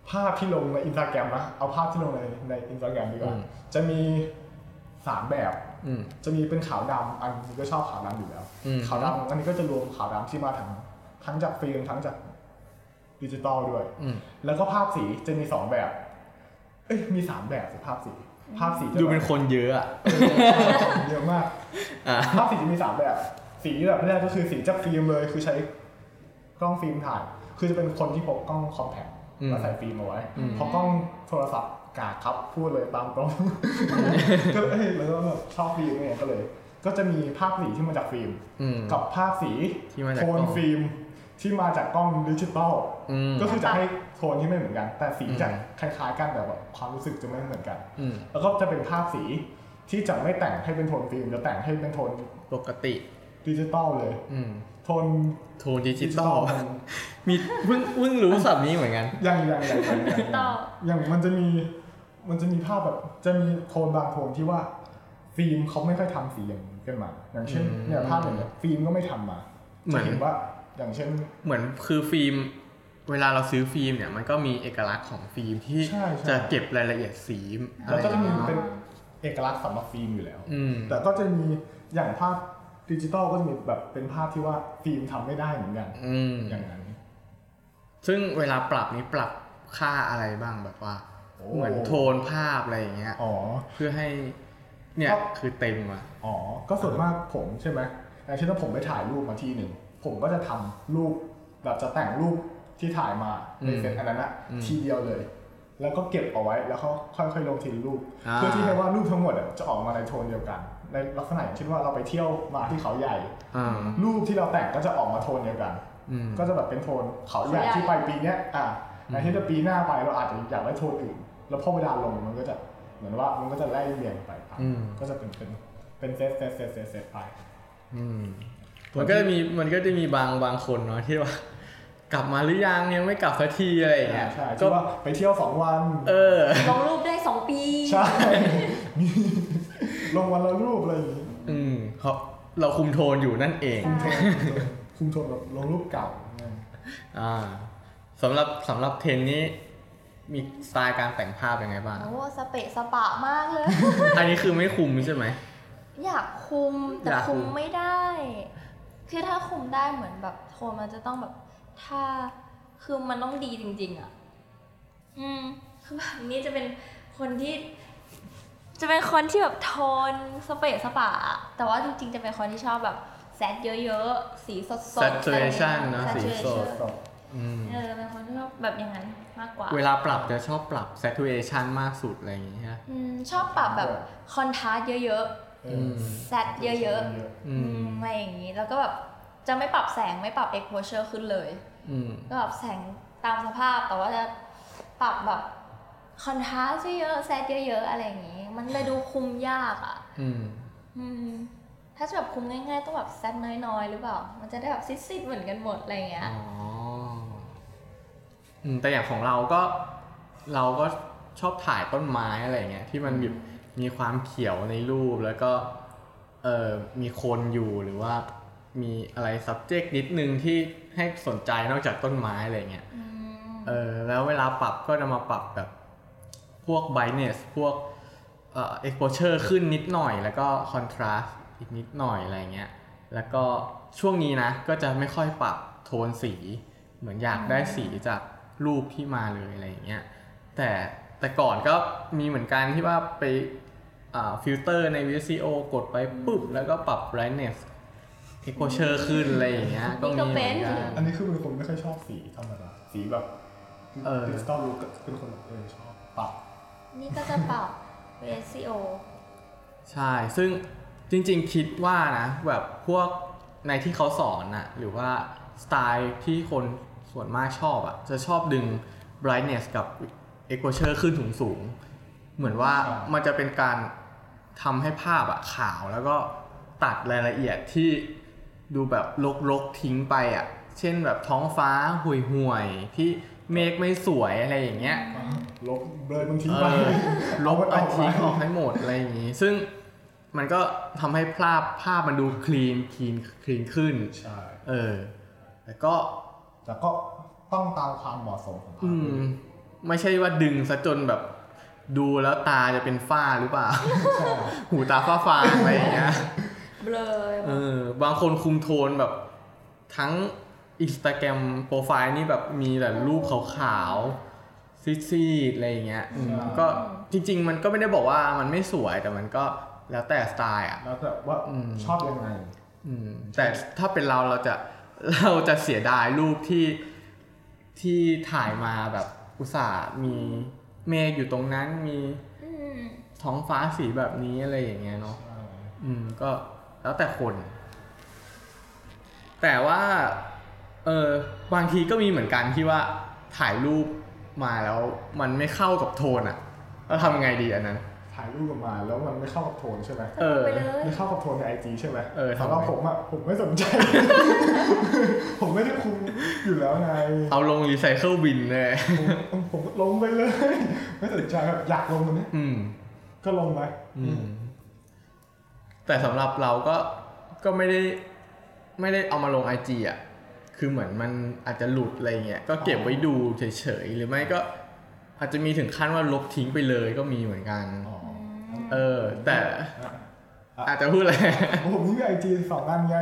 B: ภาพที่ลงในอินสตาแกรมนะเอาภาพที่ลงในในอินสตาแกรมดีกว่า
C: อืม
B: จะมีสามแบบ
C: อืม
B: จะมีเป็นขาวดำอันนี้ก็ชอบขาวดำอยู่แล้ว
C: อืม
B: ขาวดำอันนี้ก็จะรวมขาวดำที่มาทั้งทั้งจากฟิล์มทั้งจากดิจิตอลด้วย
C: อืม
B: แล้วก็ภาพสีจะมีสองแบบ เอ้ยมีสามแบบสิภาพสี ภาพสีจะ
C: ดูเป็นคนเยอะอ่ะ
B: เยอะมาก
C: อ่ะ
B: ภาพสีจะมีสามแบบ สีแบบแรกก็คือสีจากฟิล์มเลย คือใช้กล้องฟิล์มถ่าย คือจะเป็นคนที่พกกล้องคอมแพค
C: อืม
B: มาใส่ฟิล์มเอาไว้
C: อืม
B: เพราะกล้องโทรศัพท์กากครับพูดเลยตาม ตรง ก็เลยแล้วก็แบบชอบฟิล์มเนี่ยก็เลย ก็จะมีภาพสีที่มาจากฟิล์ม
C: อืม
B: กับภาพสี
C: ที่มาจาก
B: โท
C: กล้อง
B: นฟิล์มที่มาจากกล้องดิจิตอล
C: อืม
B: ก็คือจะให้โทนที่ไม่เหมือนกัน แต่สี
C: อืม
B: จะคล้ายๆกันแต่แบบความรู้สึกจะไม่เหมือนกัน
C: อืม
B: แล้วก็จะเป็นภาพสีที่จะไม่แต่งให้เป็นโทนฟิล์มจะแต่งให้เป็นโทน
C: ปกติ
B: ดิจิตอลเลย
C: อืม
B: โทน
C: โทนดิจิตอล
B: มัน
C: มีเพิ่งเพิ่งรู้สับนี้เหมือนกัน
B: ยังยังยังยัง
A: ดิจิตอล
B: ยังมันจะมีมันจะมีภาพแบบจะมีโทนบางโทนที่ว่าฟิล์มเขาไม่ค่อยทำสีอย่างนี้ขึ้นมา อย่างเช่น
C: อืม
B: เนี่ยภาพอย่างเงี้ยฟิล์มก็ไม่ทำมา
C: เหมือน
B: จะเห็นว่า อย่างเช่น
C: เหมือนคือฟิล์ม เวลาเราซื้อฟิล์มเนี่ยมันก็มีเอกลักษณ์ของฟิล์มที่
B: ใช่ใช่
C: จะเก็บรายละเอียดสีอะ
B: แล้ว
C: ไรอ
B: ก็จะ
C: ย่าง
B: มี
C: เงี้ยเนอะ
B: เป็นเอกลักษณ์สำหรับฟิล์มอยู่แล้ว
C: อืม
B: แต่ก็จะมีอย่างภาพดิจิตอลก็จะมีแบบเป็นภาพที่ว่าฟิล์มทำไม่ได้เหมือนกัน
C: อืม
B: อย่างนั้น
C: ซึ่งเวลาปรับนี้ปรับค่าอะไรบ้างแบบว่า
B: โอ้
C: เหมือนโทนภาพอะไรอย่างเงี้ย
B: อ๋อ
C: เพื่อให้เนี่ย
B: ก็
C: คือเต็มอ่ะ
B: อ๋อ ก็ส่วนมากผมใช่ไหมอย่างเช่นถ้าผมไปถ่ายรูปมาที่หนึ่ง ผมก็จะทำรูปแบบจะแต่งรูปที่ถ่ายมาใน
C: อืม
B: เซตอันนั้นอะ
C: อืม
B: ทีเดียวเลย แล้วก็เก็บเอาไว้แล้วก็ค่อยๆลงทีละรูป
C: อ่า
B: เพื่อที่ให้ว่ารูปทั้งหมดอะจะออกมาในโทนเดียวกัน ในลักษณะอย่างเช่นว่าเราไปเที่ยวมาที่เขาใหญ่
C: อ่า
B: รูปที่เราแต่งก็จะออกมาโทนเดียวกัน
C: อืม
B: ก็จะแบบเป็นโทนเขาใหญ่
A: เขาใหญ่
B: ที่ไปปีเนี้ย อ่ะในที่จะปีหน้าไปเราอาจจะอยากได้โทนอื่น แล้วพอเวลาลงมันก็จะเหมือนว่ามันก็จะไล่เรียงไปครับ
C: อืม
B: ก็จะเป็นเป็นเป็นเซตเซตเซตเซตเซตไป
C: อืมมันก็จะมีมันก็จะมีบางบางคนเนาะที่ว่า กลับมาหรือยังยังไม่กลับสักทีอะไรอย่างเงี้ย
B: ใช่
C: ก็
B: ที่ว่าไปเที่ยวสองวัน
C: เออ
A: ลงรูปได้สองปี
B: ใช่ มีลงวันละรูปอะไรอย่าง นี้
C: อืมเขาเราคุมโทนอยู่นั่นเอง
A: ใช่
B: คุมโทนแบบลงรูปเก่า
C: อ่าสำหรับสำหรับเทนนี้ มีสไตล์การแต่งภาพยังไง บ้าง
A: โอ้สเปะสปะมากเลย
C: อันนี้คือไม่คุมใช่ไหม
A: อยากคุมแต่
C: อยากคุ
A: คุ
C: ม
A: มไม่ได้ คือถ้าคุมได้เหมือนแบบโทนมันจะต้องแบบ ถ้าคือมันต้องดีจริง ๆอะ่ะ อืมคือแบบนี้จะเป็นคนที่ จะเป็นคนที่แบบโทนสเปะสปะอะแต่ว่าจริงๆ จะเป็นคนที่ชอบแบบแซดเยอะๆ สีสดๆ
C: Saturation เนอะสีสด
A: Saturation
C: อื ม
A: เออเป็นคนที่ชอบแบบอย่างนั้นมากกว่า
C: เวลาปรับจะชอบปรับ saturation มากสุดอะไรอย่างงี้ฮะ
A: อืมชอบปรับแบบคอนทราสต์เยอะ
B: เอ
C: อื
B: อ
C: ม
A: แซดเยอะๆ
C: อื
A: อื
C: ม
A: มอะไรอย่างนี้ แล้วก็แบบจะไม่ปรับแสงไม่ปรับ exposure ขึ้นเลย
C: อืม
A: ก็แบบแสงตามสภาพแต่ว่าจะปรับแบบคอนทราสต์เยอะๆแซดเยอะๆอะไรอย่างนี้ มันเลยดูคุมยากอ่ะ
C: อืม
A: อืมถ้าจะแบบคุมง่ายๆ ต้องแบบแซดน้อยๆ หรือเปล่า มันจะได้แบบซิดๆเหมือนกันหมดอะไรอย่างเงี้
C: อ๋
A: ย
C: ออืมแต่อย่างของเราก็เราก็ชอบถ่ายต้นไม้อะไรอย่างเงี้ยที่มันแบบมีความเขียวในรูปแล้วก็เออมีคนอยู่หรือว่ามีอะไร subject นิดนึงที่ให้สนใจนอกจากต้นไม้อะไรอย่างเงี้ย
A: อืม
C: เออแล้วเวลาปรับก็จะมาปรับแบบพวก brightness พวกเอ่อ exposure ขึ้นนิดหน่อย แล้วก็ contrast อีกนิดหน่อยอะไรเงี้ยแล้วก็ช่วงนี้นะก็จะไม่ค่อยปรับโทนสี เหมือนอยากได้สีจากรูปที่มาเลยอะไรอย่างเงี้ยแต่แต่ก่อนก็มีเหมือนกันที่ว่าไปฟิลเตอร์ใน VSCO กดไปปุ๊บ แล้วก็ปรับ brightness exposure ขึ้นอะไรอย่างเงี้ยก็มีเหมือนกัน
B: อันนี้คือเป็นคนไม่ค่อยชอบสีธรรมดาสีแบบ
C: เออ
B: ดิจิตอลลุคเป็นคนแบบเออชอบปรับ
A: นี่ก็จะปรับ ratio
C: ใช่ ซึ่งจริงๆคิดว่านะแบบพวกในที่เขาสอนน่ะหรือว่าสไตล์ที่คนส่วนมากชอบอะจะชอบดึง brightness กับ exposure ขึ้นสูงสูงๆเหมือนว่ามันจะเป็นการทำให้ภาพอะขาวแล้วก็ตัดรายละเอียดที่ดูแบบลกๆทิ้งไปอะเช่นแบบท้องฟ้าห่วยๆ ที่เมฆไม่สวยอะไรอย่างเงี้ย
B: ลบเบลอบางทีไป
C: เออ ลบเอา
B: ไป
C: ทิ้งออกให้หมดอะไรอย่างนี้ ซึ่งมันก็ทำให้ภาพภาพมันดูคลีนคลีนคลีนขึ้น
B: ใช่
C: เออแต่ก็
B: แต่ก็ต้องตามความเหมาะสมของภาพ
C: อืมไม่ใช่ว่าดึงซะจนแบบ ดูแล้วตาจะเป็นฝ้าหรือเปล่า
B: ใช่
C: หูตาฝ้าฟางอะไรอย่างเงี้ย
A: เบล
C: เอ
A: อ
C: อบางคนคุมโทนแบบทั้งอินสตาแกรมโปรไฟล์นี่แบบมีแต่รูปขาวๆซีดๆอะไรอย่างเงี้ยอืมก็จริง ๆ มันก็ไม่ได้บอกว่ามันไม่สวยแต่มันก็แล้วแต่สไตล์อ่ะ
B: แล้วแต่ว่า
C: อืม
B: ชอบยังไง
C: อืมแต่ถ้าเป็นเราเราจะ เราจะเสียดายรูปที่ที่ถ่ายมาแบบอุตส่าห์มีเมฆอยู่ตรงนั้นมี
A: อืม
C: ท้องฟ้าสีแบบนี้อะไรอย่างเงี้ยเนาะ อืมก็แล้วแต่คน แต่ว่า เออบางทีก็มีเหมือนกันที่ว่าถ่ายรูปมาแล้วมันไม่เข้ากับโทนอะ่ะเราทำยังไงดีอันนั้น
B: ถ่ายรูปออกมาแล้วมันไม่เข้ากับโทนใช่ไหม
C: เออ
A: ไปเลย
B: ไม่เข้ากับโทนในไอจีใช่ไหม
C: เออทำ
B: สำ
C: ไง
B: หรับผมอ่ะผมไม่สนใจ ผมไม่ได้คุมอยู่แล้วไง
C: เอาลงรีไซเคิลบินเลย
B: ผมผมก็ลงไปเลย ไม่สนใจแบบอยากลงตรงนี้
C: อืม
B: ก็ลงไป
C: อืม แต่สำหรับเราก็ก็ไม่ได้ไม่ได้เอามาลงไอจีอ่ะ คือเหมือนมันอาจจะหลุดอะไรเงี้ย ก็เก็บไว้ดูเฉยๆ หรือไม่ก็ อาจจะมีถึงขั้นว่าลบทิ้งไปเลยก็มีเหมือนกัน
B: อ๋อ
C: เออ แต่
B: อ่ะ
C: อาจจะพูดอะไร
B: ผมนี่มีไอจีสองอันไง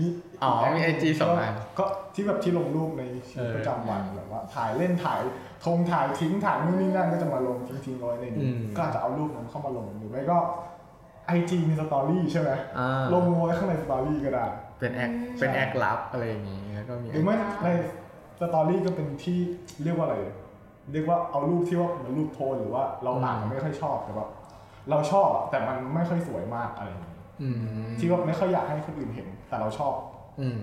B: มี
C: อ๋อมี IG สองอัน
B: ก็ที่แบบที่ลงรูปในชีวิตประจำวันแบบว่า ถ่ายเล่นถ่ายทงถ่ายทิ้งถ่ายนู่นนี่นั่นก็จะมาลงทิ้งๆไว้ใน
C: อื
B: นี้
C: ม
B: ก็อาจจะเอารูปนั้นเข้ามาลงหรือไม่ก็ไอจีมีสตอรี่ใช่ไหม
C: อ่า
B: ลงไว้ข้างในสตอรี่ก็ได้
C: เป็นแอคเป็นแอคลับอะไรอย่างงี้แล้วก็มี
B: หรือไม่ในสตอรี่ก็เป็นที่เรียกว่าอะไร เรียกว่าเอารูปที่ว่าเหมือนรูปโทนหรือว่าเราอ่าน
C: อืม
B: ไม่ค่อยชอบแต่แบบเราชอบแต่มันไม่ค่อยสวยมากอะไรอย่างเงี้ย
C: อืม
B: ที่ว่าไม่ค่อยอยากให้คนอื่นเห็น แต่เราชอบ
C: อืม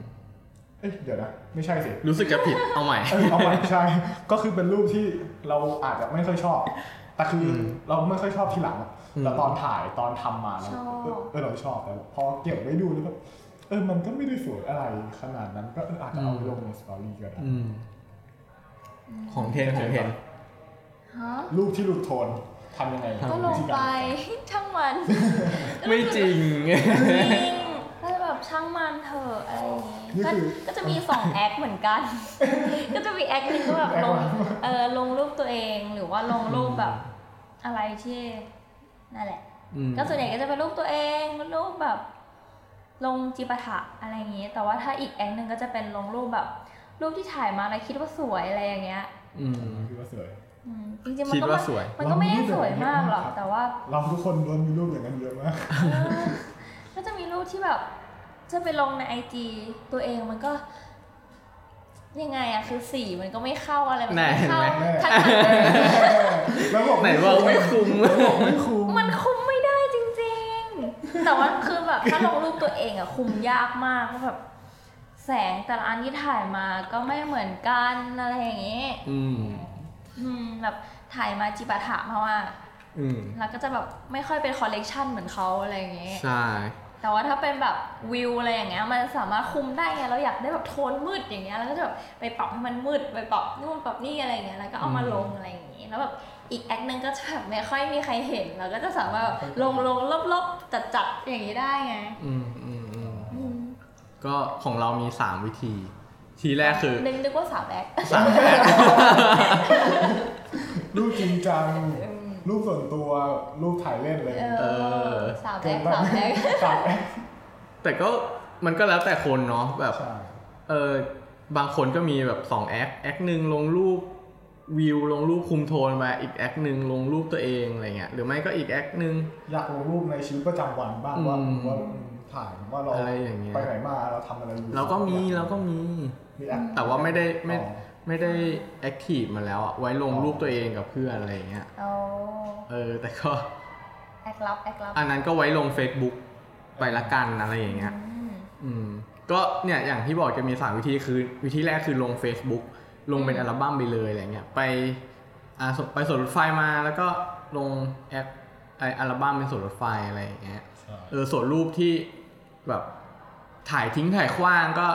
B: เอ้ยเดี๋ยวนะ ไม่ใช่สิ
C: รู้สึกจะผิด เอาใหม่
B: เอ้ยเอาไว้ ใช่ ก็คือเป็นรูปที่เราอาจจะไม่ค่อยชอบแต่คืออ
C: ม
B: เราไม่ค่อยชอบทีหลังอะ
C: อืม
B: แต่ตอนถ่ายตอนทำมาแล้วเออเออเราชอบแล้วพอเก็บไว้ดูแล้วก็เออมันก็ไม่ได้สวยอะไรขนาดนั้นก็เอออาจจะเอาไปลงในสตอรี่ก็ได้
C: อืม ของเทนของเทน
A: ฮะ
B: รูปที่หลุดโทนทำยังไง
A: ก็ลงไป ช่างมัน
C: ไม่จริง
A: จริงก็จะแบบช่างมันเถอะอะไรอย่างงี้ก็ก็จะมีสองแอคเหมือน กัน ก็จะมีแอคหนึงก็แบบลงเออลงรูปตัวเองหรือว่าลงรูปแบบอะไรที่นั่นแหละ
C: อืม
A: ก็ส่วนใหญ่ก็จะเป็นรูปตัวเองรูปแบบ ลงจิปาถะอะไรอย่างนี้ แต่ว่าถ้าอีกแองหนึ่งก็จะเป็นลงรูปแบบ รูปที่ถ่ายมาแล้วคิดว่าสวยอะไรอย่างเงี้ย
C: อืม
B: คิดว่าสวย
A: อืมจริงๆมัน
C: คิด
A: ก็
C: ว่า
A: ไม่
C: สวย
A: มันก็ไม่ได้สวยมากหรอก
B: ครับ
A: แต่ว่า
B: เราทุกคนล้วนมีรูปอย่างนั้นเยอะม าก
A: เออก็จะมีรูปที่แบบ จะไปลงในไอจีตัวเองมันก็ ยังไงอะคือสีมันก็ไม่เข้าอะไรมันก็ไม่เข้า
C: ไหนเห็นไหม
A: ทักทาย
B: แล้วบอก
C: ไหนว่าไม่คุ้ม
B: ไม่คุ้ม
A: มันคุมไม่ได้จริง ๆ แต่ว่าคือแบบถ้าลงรูปตัวเองอะคุมยากมากเพราะแบบแสงแต่ละอันที่ถ่ายมาก็ไม่เหมือนกันอะไรอย่างงี้
C: อืม
A: อืมแบบถ่ายมาจิปาถะมาว่า
C: อืม
A: แล้วก็จะแบบไม่ค่อยเป็นคอลเลกชันเหมือนเขาอะไรอย่างงี้
C: ใช่
A: แต่ว่าถ้าเป็นแบบวิวอะไรอย่างเงี้ยมันสามารถคุมได้ไงเราอยากได้แบบโทนมืดอย่างเงี้ยแล้วก็จะแบบไปปรับให้มันมืดไปปรับนู่นปรับนี่อะไรอย่างเงี้ยแล้วก็เอามาลงอะไรอย่างงี้แล้วแบบอีกแอคนึงก็จะแบบไม่ค่อยมีใครเห็นเราก็จะสามารถแบบลงลงลบลบจัดจัดๆอย่างนี้ได้ไง
C: อืมอืมอืม
A: อืม
C: ก็ของเรามีสามวิธี ทีแรกคือ
A: นึกนึกว่าสาวแอค
C: สามแอค
B: รูปจริงจัง
A: อืม
B: รูปส่วนตัวรูปถ่ายเล่นเลย
A: เออสาวแอค
B: ไป
A: สาวแอค
B: สามแอค
C: แต่ก็มันก็แล้วแต่คนเนาะแบบ
B: ใช่
C: เออบางคนก็มีแบบสองแอคแอคหนึ่งลงรูปวิวลงรูปคุมโทนมาอีกแอคหนึ่งลงรูปตัวเองอะไรเงี้ยหรือไม่ก็อีกแอคหนึ่ง
B: อยากลงรูปในชีวิตประจำวันบ้างว่า
C: อืม
B: ว่าถ่ายว่าเรา
C: อะไรอย่างเงี้ย
B: ไปไหนมาเราทำอะไรอยู่
C: เราก็มีเราก็มี
B: มีแอค
C: แต่ว่าไม่ได้ไม่ ไม่ได้แอคทีฟมาแล้วอะไว้ลงรูปตัวเองกับเพื่อนอะไรเงี้ย
A: โอ้
C: เออแต่ก็
A: แอคลับแอคลับ
C: อันนั้นก็ไว้ลง Facebook ไปละกันอะไรอย่างเงี้ย
A: อืม
C: อืมก็เนี่ยอย่างที่บอกจะมีสามวิธีคือวิธีแรกคือลง Facebook ลงเป็น
A: อืม
C: อัลบั้มไปเลยอะไรเงี้ยไปอ่าสไปสวนรถไฟมาแล้วก็ลงแอปไออัลบั้มเป็นสวนรถไฟอะไรอย่างเงี้ยเออส่วนรูปที่แบบถ่ายทิ้งถ่ายขว้างก็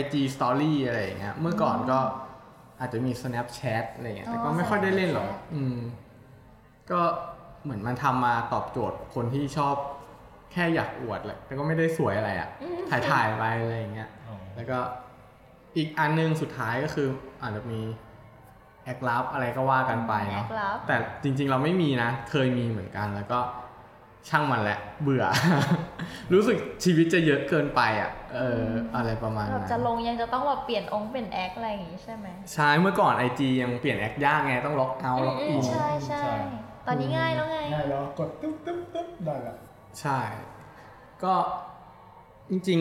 C: IG Story อะไรอย่างเงี้ยเมื่อก่อนก็อาจจะมี Snapchat อะไรเงี้ยแต่ก็ไม่ค่อยได้เล่นหรอกอืมก็เหมือนมันทำมาตอบโจทย์คนที่ชอบแค่อยากอวดแหละแต่ก็ไม่ได้สวยอะไรอ่ะ
A: อืม
C: ถ่ายถ่ายๆไปอะไรอย่างเงี้ย แล้วก็อีกอันหนึงสุดท้ายก็คืออาจจะมีแอคลับอะไรก็ว่ากันไป
A: แอ
C: เนาะ
A: คลับ
C: แต่จริงๆเราไม่มีนะ เคยมีเหมือนกันแล้วก็ช่างมันแหละ เบื่อ รู้สึกชีวิตจะเยอะเกินไปอ่ะ เอออะไรประมาณ
A: แบบ
C: นั้
A: จะ
C: น
A: ลงยังจะต้องแบบเปลี่ยนองค์เปลี่ยนแอคอะไรอย่างงี้ใช่ไหม
C: ใช่เมื่อก่อน IG ยังเปลี่ยนแอคยากไงต้องล็อกเอา
A: อื
C: ล็
A: ม
C: อก
A: อื
C: อิ
A: ม
C: น
A: ใช่ใช่
B: ใช่
A: ตอนนี้ง่ายแล้วไง
B: ง่ายแล้วกดตึ๊บตึ๊บตึ๊บได้ละ
C: ใช่ ก็จริง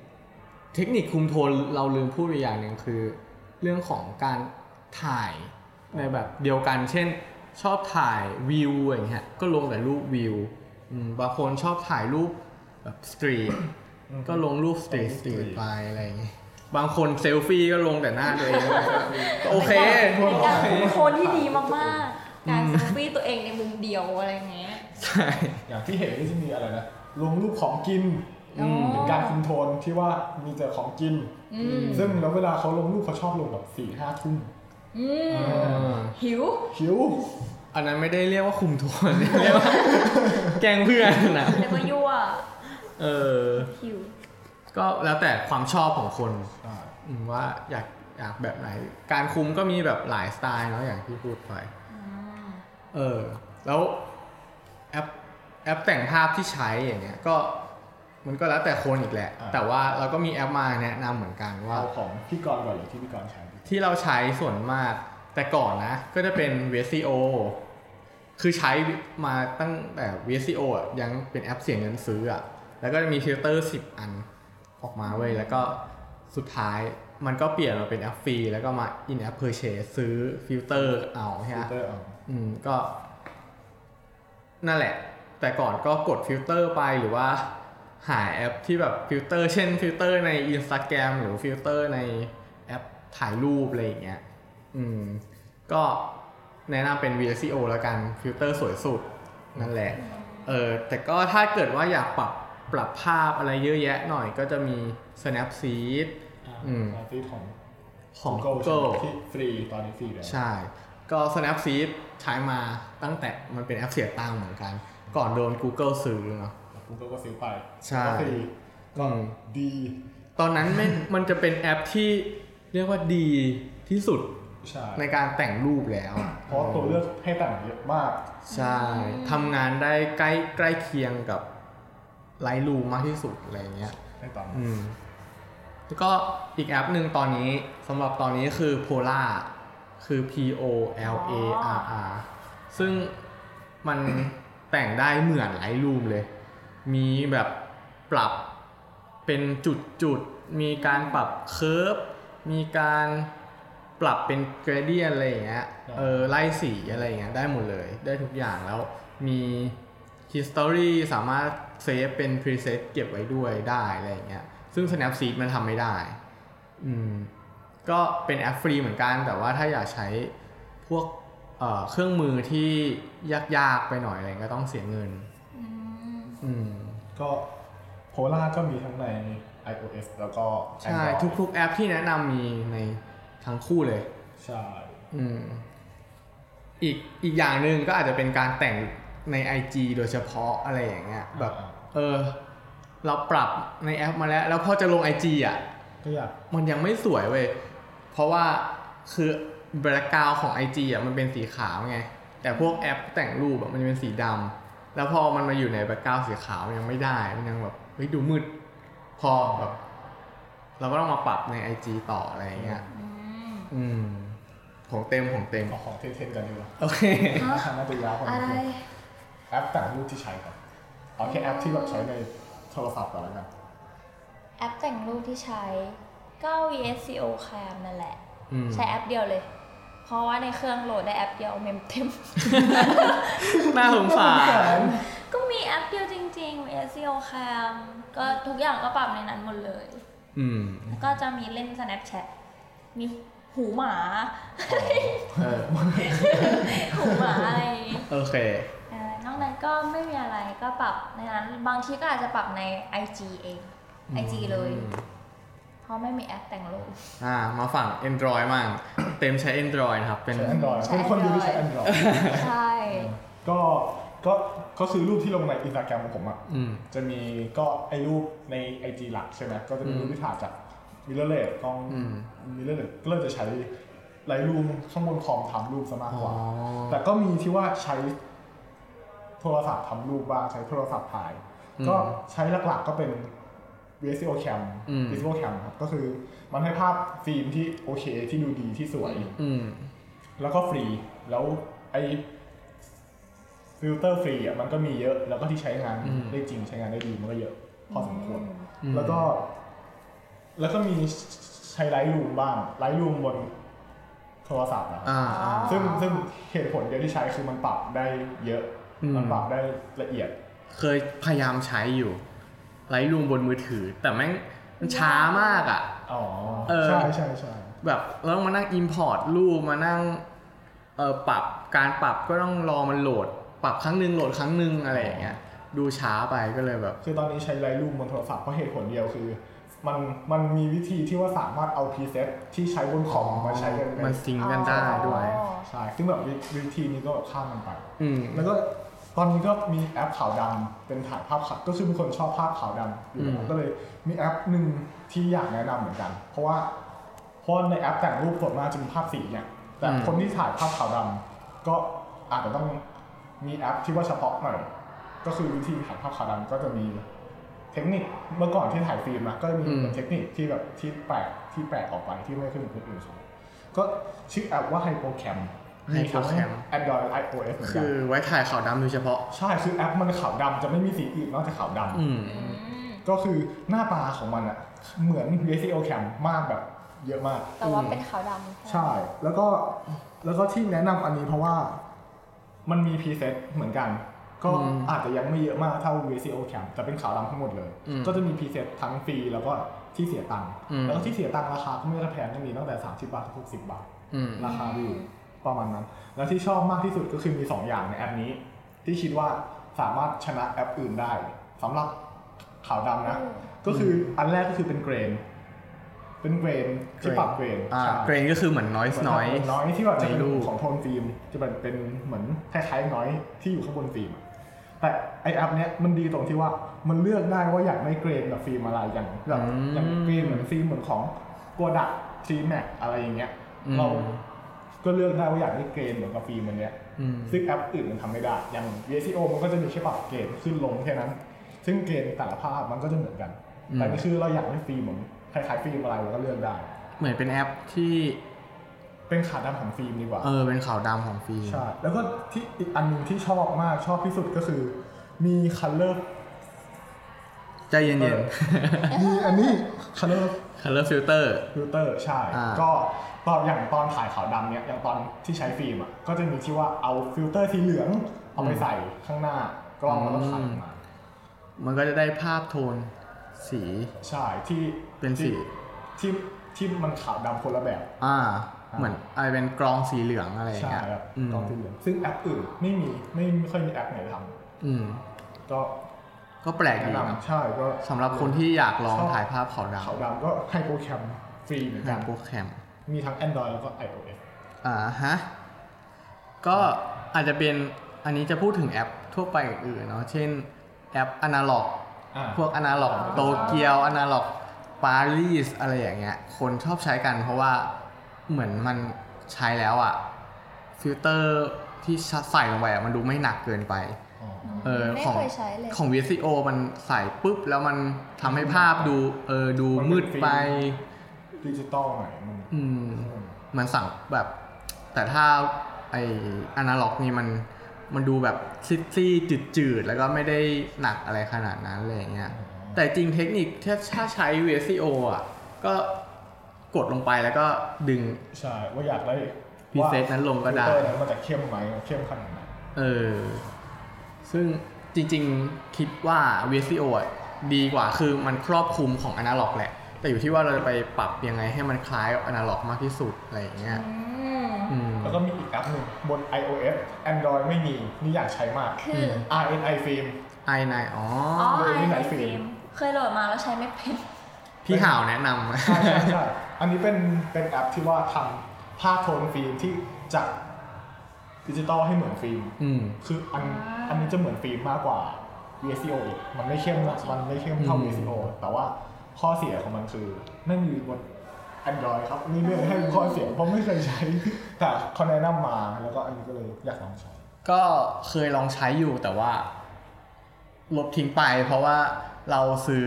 C: ๆ เทคนิคคุมโทนเราลืมพูดไปอย่างหนึ่งคือ เรื่องของการถ่ายในแบบเดียวกัน เช่น ชอบถ่ายวิวอย่างเงี้ยก็ลงแต่รูปวิวอืมบางคนชอบถ่ายรูปแบบสตรีท
B: อืม
C: ก็ลงรูปสตรีท
B: ลงรูป
C: สตรีท
B: street
C: ไปอะไรอย่างเงี้ยบางคนเซลฟี่ก็ลงแต่หน้าตัวเองก็โอเค
A: เป็นการเป็นโคนที่ดีมากๆ การเซลฟี่ตัวเองในมุมเดียวอะไรอย่างเงี้ย
C: ใช่
B: อย่างที่เห็นก็จะมีอะไรนะลงรูปของกิน
C: อืม
B: เป็นการคุมโทนที่ว่ามีแต่ของกิน
A: อืม
B: ซึ่งแล้วเวลาเขาลงรูปเขาชอบลงแบบสี่ห้าทุ่ม
A: อืมหิว
B: หิว
C: อันนั้นไม่ได้เรียกว่าคุมโทน เรียกว่าแกล้งเพื่อนนะ
A: แต่ว่ายั่ว
C: เออ
A: หิว
C: ก็แล้วแต่ความชอบของคน
B: อ่า
C: อืมว่าอยากอยากแบบไหน การคุมก็มีแบบหลายสไตล์เนาะอย่างที่พูดไป เออ แล้วแอปแอปแต่งภาพที่ใช้อย่างเงี้ยก็มันก็แล้วแต่คนอีกแหละ แต่ว่าเราก็มีแอปมาแนะนำเหมือนกันว่า
B: เอาของพี่กรณ์ก่อนเลยที่พี่กรณ์ใช้ดิ
C: ที่เราใช้ส่วนมากแต่ก่อนนะ ก็จะเป็น VSCO คือใช้มาตั้งแต่ VSCO อ่ะยังเป็นแอปเสียเงินซื้ออ่ะแล้วก็จะมีฟิลเตอร์ 10 อันออกมาเว้ยแล้วก็สุดท้ายมันก็เปลี่ยนมาเป็นแอปฟรีแล้วก็มา in app purchase ซื้อฟิลเตอร์เอา
B: ฟิ
C: ใช่ไหม
B: ลเตอร์เอา
C: อืมก็ นั่นแหละ แต่ก่อนก็กดฟิลเตอร์ไปหรือว่า หาแอปที่แบบฟิลเตอร์ เช่นฟิลเตอร์ใน Instagram หรือฟิลเตอร์ในแอปถ่ายรูปอะไรอย่างเงี้ยอืมก็แนะนำเป็น VSCO แล้วกันฟิลเตอร์สวยสุด นั่นแหละ เออแต่ก็ถ้าเกิดว่าอยากปรับปรับภาพอะไรเยอะแยะหน่อยก็จะมี Snapseed อืม
B: อาที่ของ
C: ของ
B: ของ
C: Google
B: ที่ฟรีตอนนี้ฟรีแล้ว
C: ใช่ ก็ Snapseed ใช้มาตั้งแต่มันเป็นแอปเสียตังค์เหมือนกัน ก่อนโดน Google ซื้อเนาะ
B: กูเกิลก็ซื้อไป
C: ใช่
B: ก็ฟรี
C: อืม
B: ดี
C: ตอนนั้นไม่ มันจะเป็นแอปที่เรียกว่าดีที่สุด
B: ใช่
C: ในการแต่งรูปแล้วอะ
B: เพราะตัวเลือกให้แต่งเยอะมาก
C: ใช่ทำงานได้ใกล้ใกล้เคียงกับไลท์รูมากที่สุดอะไรเงี้ย
B: ในตอน
C: อืมแล้วก็อีกแอปหนึ่งตอนนี้สำหรับตอนนี้คือ Polar คือ P O L A R R ซึ่งมันแต่งได้เหมือนไลท์รูมเลย มีแบบปรับเป็นจุดจุดๆมีการปรับเคิร์ฟมีการปรับเป็นเกรเดียนอะไรอย่างเงี้ยเออไล่สีอะไรอย่างเงี้ยได้หมดเลยได้ทุกอย่างแล้วมี history สามารถเซฟเป็น preset เก็บไว้ด้วยได้อะไรอย่างเงี้ยซึ่ง Snapseed มันทำไม่ได้ อืมก็เป็นแอปฟรีเหมือนกัน แต่ว่าถ้าอยากใช้พวกเอ่อเครื่องมือที่ยากๆไปหน่อยอะไรก็ต้องเสียเงิน
A: อืม
C: อืม
B: ก็โพล่าก็มีทั้งใน iOS แล้วก็
C: ใช่
B: Android
C: ทุกๆแอปที่แนะนำมีในทั้งคู่เลย
B: ใช่
C: อืมอีกอีกอย่างหนึ่งก็อาจจะเป็นการแต่งใน IG โดยเฉพาะอะไรอย่างเงี้ยแบบ เออ เราปรับในแอปมาแล้ว แล้วพอจะลง IG อ่ะ
B: ก็อยาก
C: มันยังไม่สวยเว้ย เพราะว่าคือ b a c k g r o u n d ของ IG อ่ะมันเป็นสีขาวไง แต่พวกแอปแต่งรูปอ่ะมันจะเป็นสีดำแล้วพอมันมาอยู่ใน b a c k g r o u n d สีขาวมันยังไม่ได้ มันยังแบบเฮ้ยดูมืด พอแบบ เราก็ต้องมาปรับใน IG ต่ออะไรอย่างเงี้ย
A: อืม
C: อืม ของเต็มของเต็ม
B: เอาของเท่ๆกันดีกว่า
C: โอเค
B: น่าจะยาวกว่า
A: อะ
B: นี้
A: ไร
B: แอปแต่งรูปที่ใช้ก่อนเอาแค่แอปที่แบบใช้ในโทรศัพท์ก่อนแล้วกัน
A: แอปแต่งรูปที่ใช้ก็ VSCO Cam นั่นแหละ
C: อืม
A: ใช้แอปเดียวเลย เพราะว่าในเครื่องโหลดได้แอปเดียวเมมเต็ม
C: น่าสงสาร
A: ก็มีแอปเดียวจริงๆ VSCO Cam ก็ทุกอย่างก็ปรับในนั้นหมดเลย
C: อืม
A: แล้วก็จะมีเล่น Snapchat มีหูหมา
C: เออ
A: หูหมาอะไรอย่างงี้
C: โอเค
A: เอ่อนอกนั้นก็ไม่มีอะไรก็ปรับในนั้น บางทีก็อาจจะปรับใน IG เอง IG เลย เพราะไม่มีแอปแต่งรูป
C: อ่า มาฝั่ง Android มั่ง เต็มใช้ Android นะครับ เป็น
B: ใช้ Android เป็นคนเดียวที่ใช้ Android
A: ใช่
B: ก็ก็ก็คือรูปที่ลงในอินสตาแกรมของผมอ่ะ
C: อืม
B: จะมีก็ไอ้รูปในไอจีหลักใช่ไหมก็จะมีรูปที่ถ่ายจากมิเลอร์เลสกล้อง
C: อืม
B: มิเลอร์เลสก็เริ่มจะใช้ไลท์รูมข้างบนคอมทำรูปซะมาก
C: อ๋
B: ก
C: อ
B: ว่า แต่ก็มีที่ว่าใช้โทรศัพท์ทำรูปบ้างใช้โทรศัพท์ถ่าย
C: อืม
B: ก็ใช้หลักๆก็เป็น VSCO Cam
C: อืม
B: VSCO Cam ครับก็คือมันให้ภาพฟิล์มที่โอเคที่ดูดีที่สวย
C: อืม
B: แล้วก็ฟรีแล้วไอฟิลเตอร์ฟรีอ่ะมันก็มีเยอะ แล้วก็ที่ใช้งาน
C: อืม
B: ได้จริงใช้งานได้ดีมันก็เยอะ พอสมควร
C: อืม
B: แล้วก็ แล้วก็มีใช้ไลท์รูมบ้างไลท์รูมบนโทรศัพท์นะ
C: อ่าอ่า
B: ซึ่งซึ่งเหตุผลเดียวที่ใช้คือมันปรับได้เยอะ
C: อืม
B: มันปรับได้ละเอียด
C: เคยพยายามใช้อยู่ไลท์รูมบนมือถือ แต่แม่งมันช้ามากอ่ะ
B: อ๋อ
C: เออ
B: ใช่ใช่ใช่
C: แบบเราต้องมานั่ง Import รูปมานั่งเออปรับการปรับก็ต้องรอมันโหลด ปรับครั้งหนึ่งโหลดครั้งหนึ่งอะไรอย่างเงี้ย ดูช้าไปก็เลยแบบ
B: คือตอนนี้ใช้ไลท์รูมบนโทรศัพท์เพราะเหตุผลเดียวคือ มันมันมีวิธีที่ว่าสามารถเอาพรีเซตที่ใช้บนคอมมาใช้กันเป็
C: มัน นซิงก์กันได้ด้วย
A: อ๋อ
B: ใช่ ซึ่งแบบวิวิธีนี้ก็ข้ามกันไป
C: อืม
B: แล้วก็ตอนนี้ก็มีแอปขาวดำเป็นถ่ายภาพขาวก็คือเป็นคนชอบภาพขาวดำอยู่แล้
C: อื
B: ว
C: ม
B: ก็เลยมีแอปหนึ่งที่อยากแนะนำเหมือนกัน เพราะว่าเพราะในแอปแต่งรูปส่วนมากจะมีภาพสีเนี่ย แต่คนที่ถ่ายภาพขาวดำก็อาจจะต้องมีแอปที่ว่าเฉพาะหน่อย ก็คือวิธีถ่ายภาพขาวดำก็จะมีเทคนิคเมื่อก่อนที่ถ่ายฟิล์มนะก็จะมีเป็นเทคนิคที่แบบที่แปลกที่แปลกออกไปที่ไม่เคยมีคนอื่นใช้ก็ชื่อแอปว่าไฮโปแคม
C: Hypocam
B: แอนดรอย iOS เหมือนกั
C: คื
B: น
C: อไว้ถ่ายขาวดำโดยเฉพาะ
B: ใช่ คือแอปมันขาวดำจะไม่มีสีอื่นนอกจากขาวด
C: อืม
A: อืม
B: ำก็คือหน้าตาของมันอะเหมือน VSCO Cam มากแบบเยอะมาก
A: แต่ว่าเป็นขาวดำ
B: ใช่ แล้วก็แล้วก็ที่แนะนำอันนี้เพราะว่ามันมีพรีเซตเหมือนกัน ก็
C: อืม
B: อาจจะยังไม่เยอะมากเท่า VSCO Cam แต่เป็นขาวดำทั้งหมดเลย
C: อืม
B: ก็จะมีพรีเซตทั้งฟรีแล้วก็ที่เสียตังค์
C: อืม
B: แล้วก็ที่เสียตังค์ราคาก็ไม่ได้แพงก็มีตั้งแต่ 30 บาทถึง60 บาท
C: อืม
B: ราคาดีประมาณนั้น แล้วที่ชอบมากที่สุดก็คือมี 2 อย่างในแอปนี้ ที่คิดว่าสามารถชนะแอปอื่นได้สำหรับขาวดำนะ ก็คืออันแรกก็คือเป็นเกรน เป็นเกรนที่ปรับเกรน
C: อ่า
B: ใช่
C: เกรนก็คือเหมือนน้อย
B: เหมื
C: น้อย
B: เหมืน้อยที่แบบจะเป็น
C: ในรูป
B: ของโทนฟิล์มจะเป็นเป็นเหมือนคล้ายๆน้อยที่อยู่ข้างบนฟิล์มอะแต่ไอแอปเนี้ยมันดีตรงที่ว่ามันเลือกได้ว่าอยากได้เกรนแบบฟิล์มอะไรอย่างแบบอย่างเกรนเหมือนฟิล์มเหมือนของโกดักซีแม็กอะไรอย่างเงี้ย เราก็เลือกได้ว่าอยากได้เกรนเหมือนกับฟิล์มอันเนี้ย
C: อืม
B: ซึ่งแอปอื่นมันทำไม่ได้ อย่าง VSCO มันก็จะมีแค่ปรับเกรนขึ้นลงแค่นั้น ซึ่งเกรนแต่ละภาพมันก็จะเหมือนกัน แต่นี่คือเราอยากได้ฟิล์มเหมือนคล้ายๆฟิล์มอะไรเราก็เลือกได้
C: เหมือนเป็นแอปที่
B: เป็นขาดำของฟิล์มดีกว่า
C: เออเป็นขาวดำของฟิล์ม
B: ใช่ แล้วก็ที่อีกอันหนึงที่ชอบมากชอบที่สุดก็คือ มี color
C: ใจเย็น
B: มีอันนี้ color
C: ๆ color filter
B: ฟิลเตอร์ใช่
C: อ่า
B: ก็ตอนอย่างตอนถ่ายขาวดำเนี่ยอย่างตอนที่ใช้ฟิล์มอ่ะก็จะมีที่ว่าเอาฟิลเตอร์สีเหลืองเอาไปใส่ข้างหน้า กล้องแล้วก็ถ่ายออกมา
C: มันก็จะได้ภาพโทนสี
B: ใช่ที่
C: เป็นสี
B: ที่ที่ที่มันขาวดำคนละแบบ
C: อ่า
B: อ่า
C: เหมือนอะไรเป็นกรองสีเหลืองอะไรอย่าง
B: ใช่
C: เงี้ย
B: ครับ
C: อืม
B: กล้องที่เหลืองซึ่งแอปอื่นไม่มีไม่ไม่ค่อยมีแอปไหนท
C: อืม
B: ำก็
C: ก็แปลก
B: แนะ
C: ดีนะ
B: นำใช่ก็
C: สำหรับคนที่อยากลอง
B: ชอบ
C: ถ่ายภาพขาวด
B: ขาวดำก็ให้โปรแกรมฟรีเหมือน
C: ำ
B: กั
C: งาน นโปรแกรม
B: มีทั้ง Android แล้วก็ iOS
C: อ่าฮะ ก็อาจจะเป็นอันนี้จะพูดถึงแอปทั่วไปอื่นๆเนาะ เช่นแอปอนาล็อก
B: อ่า
C: พวกอนาล็อก
B: อ่า
C: โตเกียวอนาล็อกปารีสอะไรอย่างเงี้ย คนชอบใช้กันเพราะว่าเหมือนมันใช้แล้วอะฟิลเตอร์ที่ใส่ลงไปอะมันดูไม่หนักเกินไป
B: อ๋อ
C: เออ
A: ไม่
C: ของ
A: เคยใช้เลย
C: ของ VSCO มันใส่ปุ๊บ แล้วมันทำให้ภาพดูเออดูมืดไป
B: ดิจิตอลหน่อยมัน
C: อืม มันสั่งแบบ แต่ถ้าไออนาล็อกนี่มันมันดูแบบซิซี่จืดๆ แล้วก็ไม่ได้หนักอะไรขนาดนั้นอะไรอย่างเงี้ย แต่จริงเทคนิคถ้าถ้าใช้ VSCO อ่ะ ก็กดลงไปแล้วก็ดึง
B: ใช่ว่าอยากได้
C: preset นั้นลงก็ได้
B: ฟิเตอร์นั้นมันจะเข้มไหมเข้มขนาดไหน
C: เออ ซึ่งจริงๆคิดว่า VSCO อ่ะดีกว่าคือมันครอบคลุมของอนาล็อกแหละ แต่อยู่ที่ว่าเราจะไปปรับยังไงให้มันคล้ายกับอนาล็อกมากที่สุดอะไรอย่างเงี้ย
A: อืม
C: อืม
B: แล้วก็มีอีกแอปหนึ่งบน iOS Android ไม่มีนี่อยากใช้มาก
A: คือ
B: RNI Film
C: i9 อ๋อ
A: อ๋อ
B: โดย
A: ไอ
B: ไม่ใช้
A: ไอ
B: ฟิล์
A: ฟิ
B: ม
A: ล์มเคยโหลดมาแล้วใช้ไม่เป็น
C: พี่ห่าวแนะนำ
B: ใช่ใช่ใช่อันนี้เป็นเป็นแอปที่ว่าทำภาพโทนฟิล์มที่จากดิจิตอลให้เหมือนฟิล์ม
C: อืม
B: คืออัน
A: อ่า
B: อันนี้จะเหมือนฟิล์มมากกว่า VSCO อีกมันไม่เข้มนะมันไม่เข้มเท่า
C: อืม
B: VSCO แต่ว่าข้อเสียของมันคือไม่มีบน Android ครับนี่เรื่องให้ข้อเสียเพราะไม่เคยใช้ แต่เขาแนะนำมาแล้วก็อันนี้ก็เลยอยากลองใช้
C: ก็เคยลองใช้อยู่แต่ว่า ลบทิ้งไปเพราะว่าเราซื้อ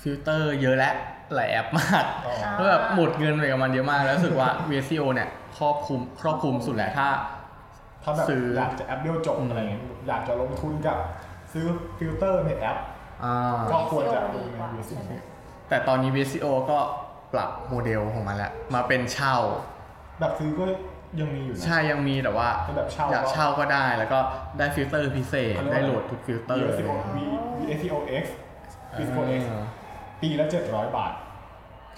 C: ฟิลเตอร์เยอะแล้วหลายแอปมาก
B: อ๋อ
C: ก็แบบหมดเงินไปกับมันเยอะมาก แล้วรู้สึกว่า VSCO เนี่ยครอบคลุมครอบคลุมสุดแหละถ้า
B: ถ้าแบบ
C: ซื้อ
B: อ
C: อ
B: ยากจะแอปเดียวจบอะไรอย่างเงี้ยอยากจะลงทุนกับซื้อฟิลเตอร์ในแอป
C: อ่า
B: ก็ควรจะลง
A: VSCO
B: ใน
A: ดีกว่าใช่
B: VSCO
A: ไหม
C: แต่ตอนนี้ VSCO ก็ปรับโมเดลของมันแล้ว มาเป็นเช่า
B: แบบซื้อก็ยังมีอยู่นะ
C: ใช่ยังมีแต่ว่า
B: เป็นแบบเช่า
C: อยากเช่าก็ได้แล้วก็ได้ฟิลเตอร์พิเศษได้โหลดทุกฟิลเตอร์
B: VSCO VSCO X VSCO X ปีละ700 บาท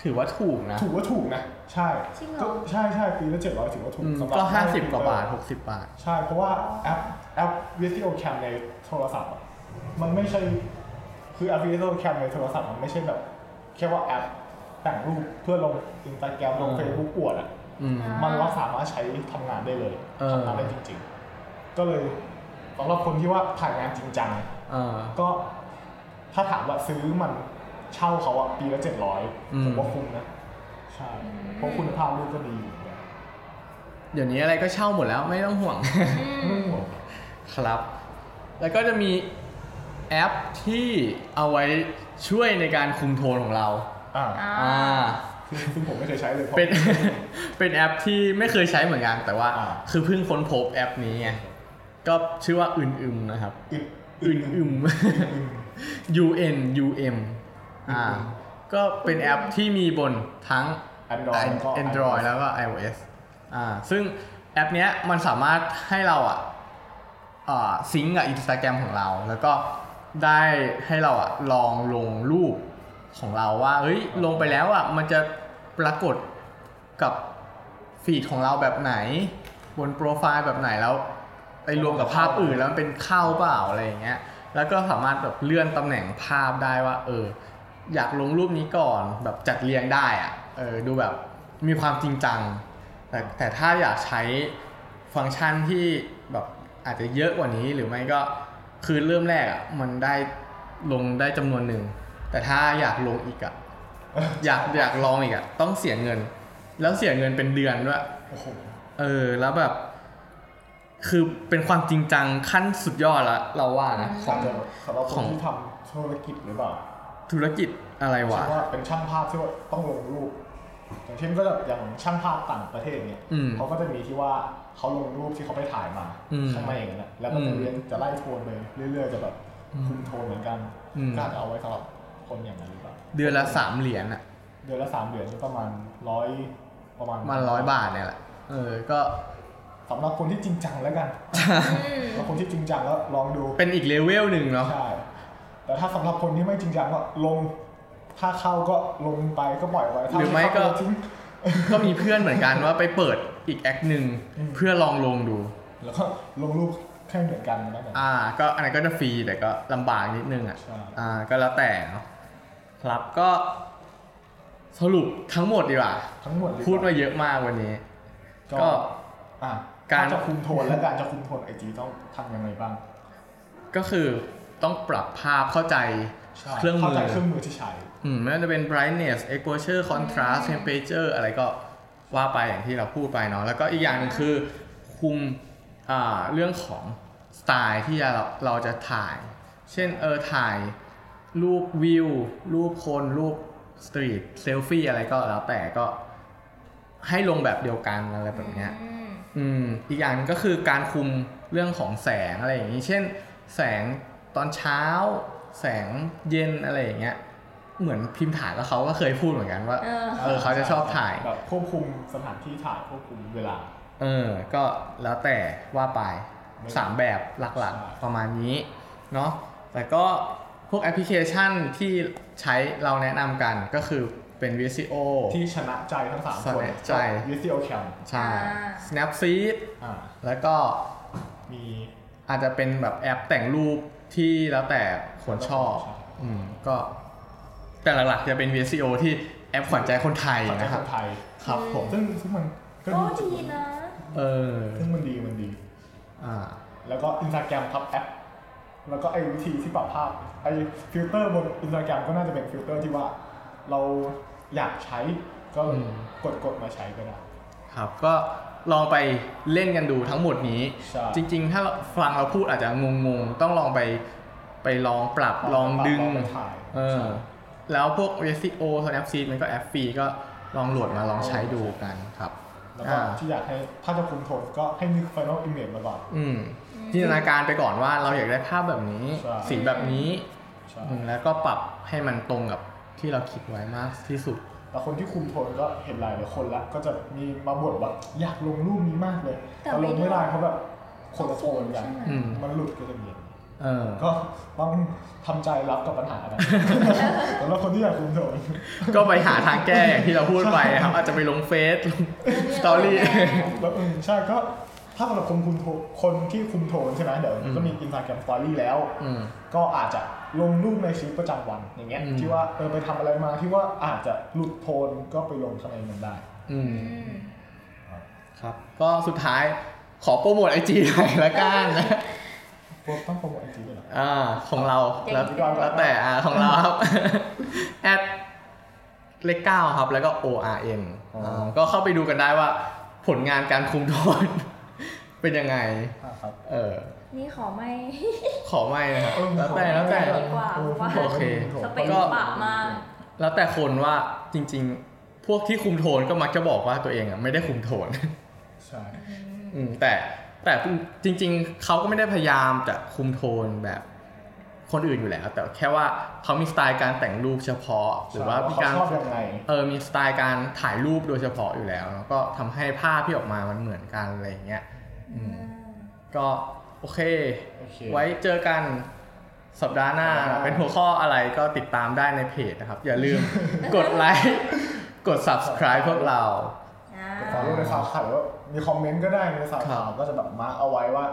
C: ถือว่าถูกนะ
B: ถูกว่าถูกนะ ใช่
A: จริงเหรอ
B: ก็ใช่ใช่ปีละเจ็ดร้อยถือว่าถูก
C: อืม
B: สำหรับ
C: ก็
B: ได้
C: 50 กว่าบาท 60 บาท
B: ใช่ เพราะว่าแอปแอป Visio Cam ในโทรศัพท์อะมันไม่ใช่ คือแอป Visio Cam ในโทรศัพท์มันไม่ใช่แบบ แค่ว่าแอปแต่งรูปเพื่อลงอินสตาแกรมลง
C: อืม
B: เฟซบุ๊กอวดอ่ะ
C: อืม
B: มันก็สามารถใช้ทำงานได้เลย
C: เออ
B: ทำงานได้จริง ๆ ก็เลยสำหรับคนที่ว่าถ่ายงานจริงจัง
C: เออ
B: ก็ถ้าถามว่าซื้อมันเช่าเขาอะปีละเจ็ดร้อย
C: อืม
B: ผมว่าคุ้มนะใช่เพราะคุณภาพรูปก็ดีอยู่เหมือนกัน
C: เดี๋ยวนี้อะไรก็เช่าหมดแล้วไม่ต้องห่วง
B: ไม่ต้องห่วง
C: ครับ แล้วก็จะมีแอปที่เอาไว้ช่วยในการคุมโทนของเรา
B: อ่า
A: อ่า
C: อ่า
B: คือซึ่งผมไม่เคยใช้เลยเพราะ
C: เป็น เป็นแอปที่ไม่เคยใช้เหมือนกัน แต่ว่า
B: อ่า
C: คือเพิ่งค้นพบแอปนี้ไงก็ชื่อว่าอื่นอึมนะครับ
B: อึด
C: อื่นอึม
B: อึม
C: U N U M อ่า
B: อืม
C: ก็เป็นแอปที่มีบนทั้ง
B: Android แล้วก็
C: Android แล้วก็ iOS อ่า ซึ่งแอปเนี้ยมันสามารถให้เราอ่ะอ่าซิงก์กับ Instagram ของเรา แล้วก็ได้ให้เราอ่ะลองลงรูปของเราว่าเฮ้ย ลงไปแล้วอ่ะ มันจะปรากฏกับฟีดของเราแบบไหน บนโปรไฟล์แบบไหนแล้ว ไปรวมกับภาพอื่นแล้วมันเป็นเข้าเปล่าอะไรอย่างเงี้ย แล้วก็สามารถแบบเลื่อนตำแหน่งภาพได้ว่า เออ อยากลงรูปนี้ก่อนแบบจัดเรียงได้อะเออดูแบบมีความจริงจัง แต่แต่ถ้าอยากใช้ฟังก์ชันที่แบบอาจจะเยอะกว่านี้หรือไม่ก็คือเริ่มแรกอะ่ะมันได้ลงได้จำนวนหนึ่ง แต่ถ้าอยากลงอีกอะ่ะ อยากอยากลองอีกอะ่ะต้องเสียเงิน แล้วเสียเงินเป็นเดือนด้วย
B: โอ้โห
C: เออแล้วแบบ คือเป็นความจริงจังขั้นสุดยอดละเราว่านะขอ
B: อาง จจะสำหรับค
C: ขอน ง
B: ที่ทำธุรกิจหรือเปล่า
C: ธุรกิจอะไรวะ
B: ใช่ว่าเป็นช่างภาพที่ว่าต้องลงรูป อย่างเช่นก็แบบอย่างช่างภาพต่างประเทศเนี่ย
C: อืม
B: เขาก็จะมีที่ว่าเขาลงรูปที่เขาไปถ่ายมา
C: อืม
B: ข้างในอย่างนั้นนะแล้วก็จะ
C: อืม
B: เรียนจะไล่โทนไปเรื่อยๆจะแบบคุมโทนเหมือนกัน
C: อืม
B: ก็อาจจะเอาไว้สำหรับคนอย่างนั้นหรือเปล่า
C: เดือนละสามเหรียญอะ
B: เดือนละสามเดือนก็ประมาณร้อยประมาณ
C: ประมันร้อยบาทเนี่ยแหละเออก็
B: สำหรับคนที่จริงจังแล้ว กัน
A: อืม
B: สำหรับคนที่จริงจังแล้วลองดู
C: เป็นอีกเลเวลหนึ่งเนาะ
B: ใช่แต่ถ้าสำหรับคนที่ไม่จริงจังก็ลง ถ้าเข้าก็ลงไปก็ปล่อยไว้ถ้า
C: หรือไม่
B: เข้า
C: ก็
B: ทิ้ง
C: ก็มีเพื่อนเหมือนกันว่าไปเปิดอีกแอคหนึ่ง
B: อืม
C: เพื่อลองลงดู
B: แล้วก็ลงรูปแค่เหมือนกันนั่นแหละ
C: อ่า ก็อันนั้นก็จะฟรีแต่ก็ลำบากนิดนึงอ่ะ
B: ใช่
C: อ่า ก็แล้วแต่เนาะครับก็สรุปทั้งหมดดีกว่า
B: ทั้งหมดเลย
C: พูดมาเยอะมากวันนี้ ก็
B: ก็อ่ะ
C: การ
B: ถ้จะคุมโทนและการจะคุมโทนไอจีต้องทำยังไงบ้าง
C: ก็คือต้องปรับภาพเข้าใจ
B: ใช่
C: เครื่อง
B: เข้า
C: มื
B: ใจ
C: อ
B: เครื่องมือที่ใช้
C: อืมไม่ว่าจะเป็น brightness exposure contrast temperature อะไรก็ว่าไปอย่างที่เราพูดไปเนาะแล้วก็อีกอย่างหนึ่งคือคุมอ่าเรื่องของสไตล์ที่เราเราจะถ่าย เช่นเออถ่ายรูปวิว รูปคน รูปสตรีทเซลฟี่อะไรก็แล้วแต่ก็ให้ลงแบบเดียวกันอะไรแบบเนี้ย อืมอีกอย่างหนึ่งก็คือการคุมเรื่องของแสงอะไรอย่างนี้ เช่น แสงตอนเช้า แสงเย็นอะไรอย่างเงี้ย เหมือนพิมพ์ถ่ายแล้วเขาก็เคยพูดเหมือนกันว่า
A: เออ
C: เออเขาจะชอบถ่าย
B: แบบควบคุมสถานที่ถ่ายควบคุมเวลา
C: เออ ก็แล้วแต่ว่าไป
B: ไม่
C: สามแบบหลัก
B: ใช่
C: ๆ ประมาณนี้เนาะ แต่ก็พวกแอปพลิเคชันที่ใช้เราแนะนำกันก็คือเป็น VSCO
B: ที่ชนะใจทั้งสามคน
C: ชนะใจ
B: วิซีโอแคม
C: ใช่
A: อ่า
C: Snapseed
B: อ่า
C: แล้วก็
B: มี
C: อาจจะเป็นแบบแอปแต่งรูปที่แล้วแต่คนชอบ อืมก็แต่หลักๆจะเป็น VSCO ที่แอปขวัญใจคนไทย
B: ขวัญใจ
C: นะค
B: ครับ นไทย
C: ครับผม
B: ซึ่งซึ่งมันก็
A: ก็ดีนะ
C: เออ
B: ซึ่งมันดีมันดี
C: อ่า
B: แล้วก็อินสตาแกรมทับแอป แล้วก็ไอ้วิธีที่ปรับภาพไอ้ฟิลเตอร์บนอินสตาแกรมก็น่าจะเป็นฟิลเตอร์ที่ว่า เราอยากใช้ก็
C: อืม
B: กดกดมาใช้ก็ได้
C: ครับ ก็ลองไปเล่นกันดูทั้งหมดนี้
B: ใช่
C: จริงๆ ถ้าฟังเราพูดอาจจะงงๆ ต้องลองไปไปลองปรับล
B: ล
C: อ
B: อง งปรับ
C: ดึง
B: ลองไปถ่าย
C: เออ แล้วพวก VSCO Snapseed มันก็แอปฟรีก็ลองโหลดมาลองใช้ดูกันครับ
B: แล้วก็
C: อ่า
B: ที่อยากให้ถ้าจะคุมโทนก็ให้นึก Final Image มาก่อน
C: อืมจินตนาการไปก่อนว่าเราอยากได้ภาพแบบนี้
B: ใช่
C: สีแบบนี้
B: ใช่
C: อืมแล้วก็ปรับให้มันตรงกับที่เราคิดไว้มากที่สุด
B: แต่คนที่คุมโทนก็เห็นหลายหลายคนละก็จะมีมาบ่นว่าอยากลงรูปนี้มากเลย
A: แต่
B: แต่
A: ไม่
B: ลงไม่ได้เพราะแบบคนละโทนกัน
A: ใช่ไหม
C: อืม
B: มันหลุดก็จะมีอย่างนี้
C: เออ
B: ก็ต้องทำใจรับกับปัญหา นะ สำหรับคนที่อยากคุมโทน
C: ก็ไปหาทางแก้อย่างที่เราพูดไปนะครับ อาจจะไปลงเฟซลงสตอรี่
B: แล้วอืมใช่ก็ถ้าสำหรับคนคุมโทนคนที่คุมโทนใช่ไหมเดี๋ยวก็มีอินสตาแกรมสตอรี่แล้ว
C: อืม
B: ก็อาจจะลงรูปในชีวิตประจำวันอย่างเงี้ย
C: อืม
B: ที่ว่าเออไปทำอะไรมาที่ว่าอาจจะหลุดโทนก็ไปลงข้างในมันได้
C: อืม
A: อืม
C: ครับ ก็สุดท้ายขอโปรโมทไอจีหน่อยละกันนะ
B: พวกต้องโปรโมทไอจีด้วยเหรอ
C: อ่าของเรา
A: อย่างนี้
C: แล้วแล้วแต่อ่าของเราครับ แอดเลขเก้าครับ แล้วก็ O R N
B: อ๋ออ่
C: าก็เข้าไปดูกันได้ว่าผลงานการคุมโทน เป็นยังไง
B: อ่าครับ
C: เออ
A: นี่ขอไม่
C: ขอไม่นะครับแล้วแต่แล้วแต่
A: ดีกว่าว่า
C: โอเค
A: สเปนปะมาก
C: แล้วแต่คนว่าจริงๆ พวกที่คุมโทนก็มักจะบอกว่าตัวเองอ่ะไม่ได้คุมโทน
B: ใช่
C: อืมแต่แต่จริง ๆ เขาก็ไม่ได้พยายามจะคุมโทนแบบคนอื่นอยู่แล้ว แต่แค่ว่าเขามีสไตล์การแต่งรูปเฉพาะ หรือว่ามี
B: ใช่
C: การ
B: เขชอบยังไง
C: เออมีสไตล์การถ่ายรูปโดยเฉพาะอยู่แล้วแล้วก็ทำให้ภาพที่ออกมามันเหมือนกันอะไรอย่างเงี้ยอืมก็โอเค
B: โอเค
C: ไว้เจอกันสัปดาห์หน้า
B: สัปดาห์หน้า
C: เป็นหัวข้ออะไรก็ติดตามได้ในเพจนะครับ อย่าลืม กดไลค์กด subscribe พวกเรา
A: อ่า
B: ขอรู้ในสาวข่าวว่ามีคอมเมนต์ก็ได้ในสาวข่าวก็จะแบบมาร์กเอาไว้ว่า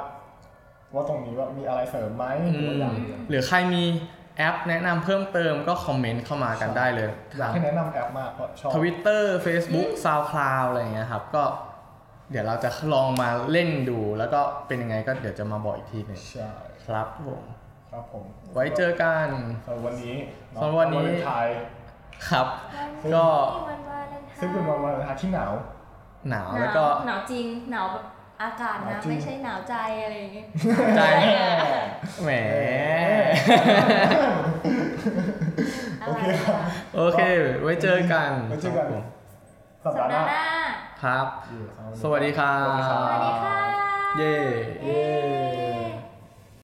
B: ว่าตรงนี้ว่ามีอะไรเสริมไหมหรือว่าอยาก
C: หรือใครมีแอปแนะนำเพิ่มเติมก็คอมเมนต์เข้ามากันได้เลย
B: อยา
C: ทาก ง
B: ให้แนะนำแอปมากเพราะชอบ
C: Twitter Facebook SoundCloud อะไรอย่างเงี้ยครับ ก็เดี๋ยวเราจะลองมาเล่นดู แล้วก็เป็นยังไงก็เดี๋ยวจะมาบอกอีกทีหนึ่ง
B: ใช่
C: ครับผม
B: ครับผม
C: ไว้เจอกัน
B: สำหรับวันนี้เาะ
C: สำหรับวัน
B: า
C: นี้
B: เลไทย
C: ครับ ก็
A: วันวาเลนไทน์
B: ซึ่งเป็นวันวาเลนไทน์ที่หนาว
C: หนาว
A: หนาว
C: แล้วก็
A: หนาวจริง หนาวแบบอากาศ
B: หนา
A: นะ
B: วจริง
A: ไม่ใช่หนาวใจอะไรอย่างงี้
C: ใจ
A: เออ
C: แหม
A: อะ
B: โอ
A: ไร
B: เค
A: อะ
B: ครับ
C: โอเค ไว้เจอกัน
B: ไว้เจอกัน สั
A: สั
B: ป
A: ป
B: ดา
A: ดา
B: ห์
A: ห์
B: ห
A: ห
B: น้า
A: น้า
C: ครับ
B: อยู่กับเรา
C: สวัสดีครับ
B: สวัส
A: สวัส
B: ดีครับ
A: ดีค่ะ
C: เย้
A: เย้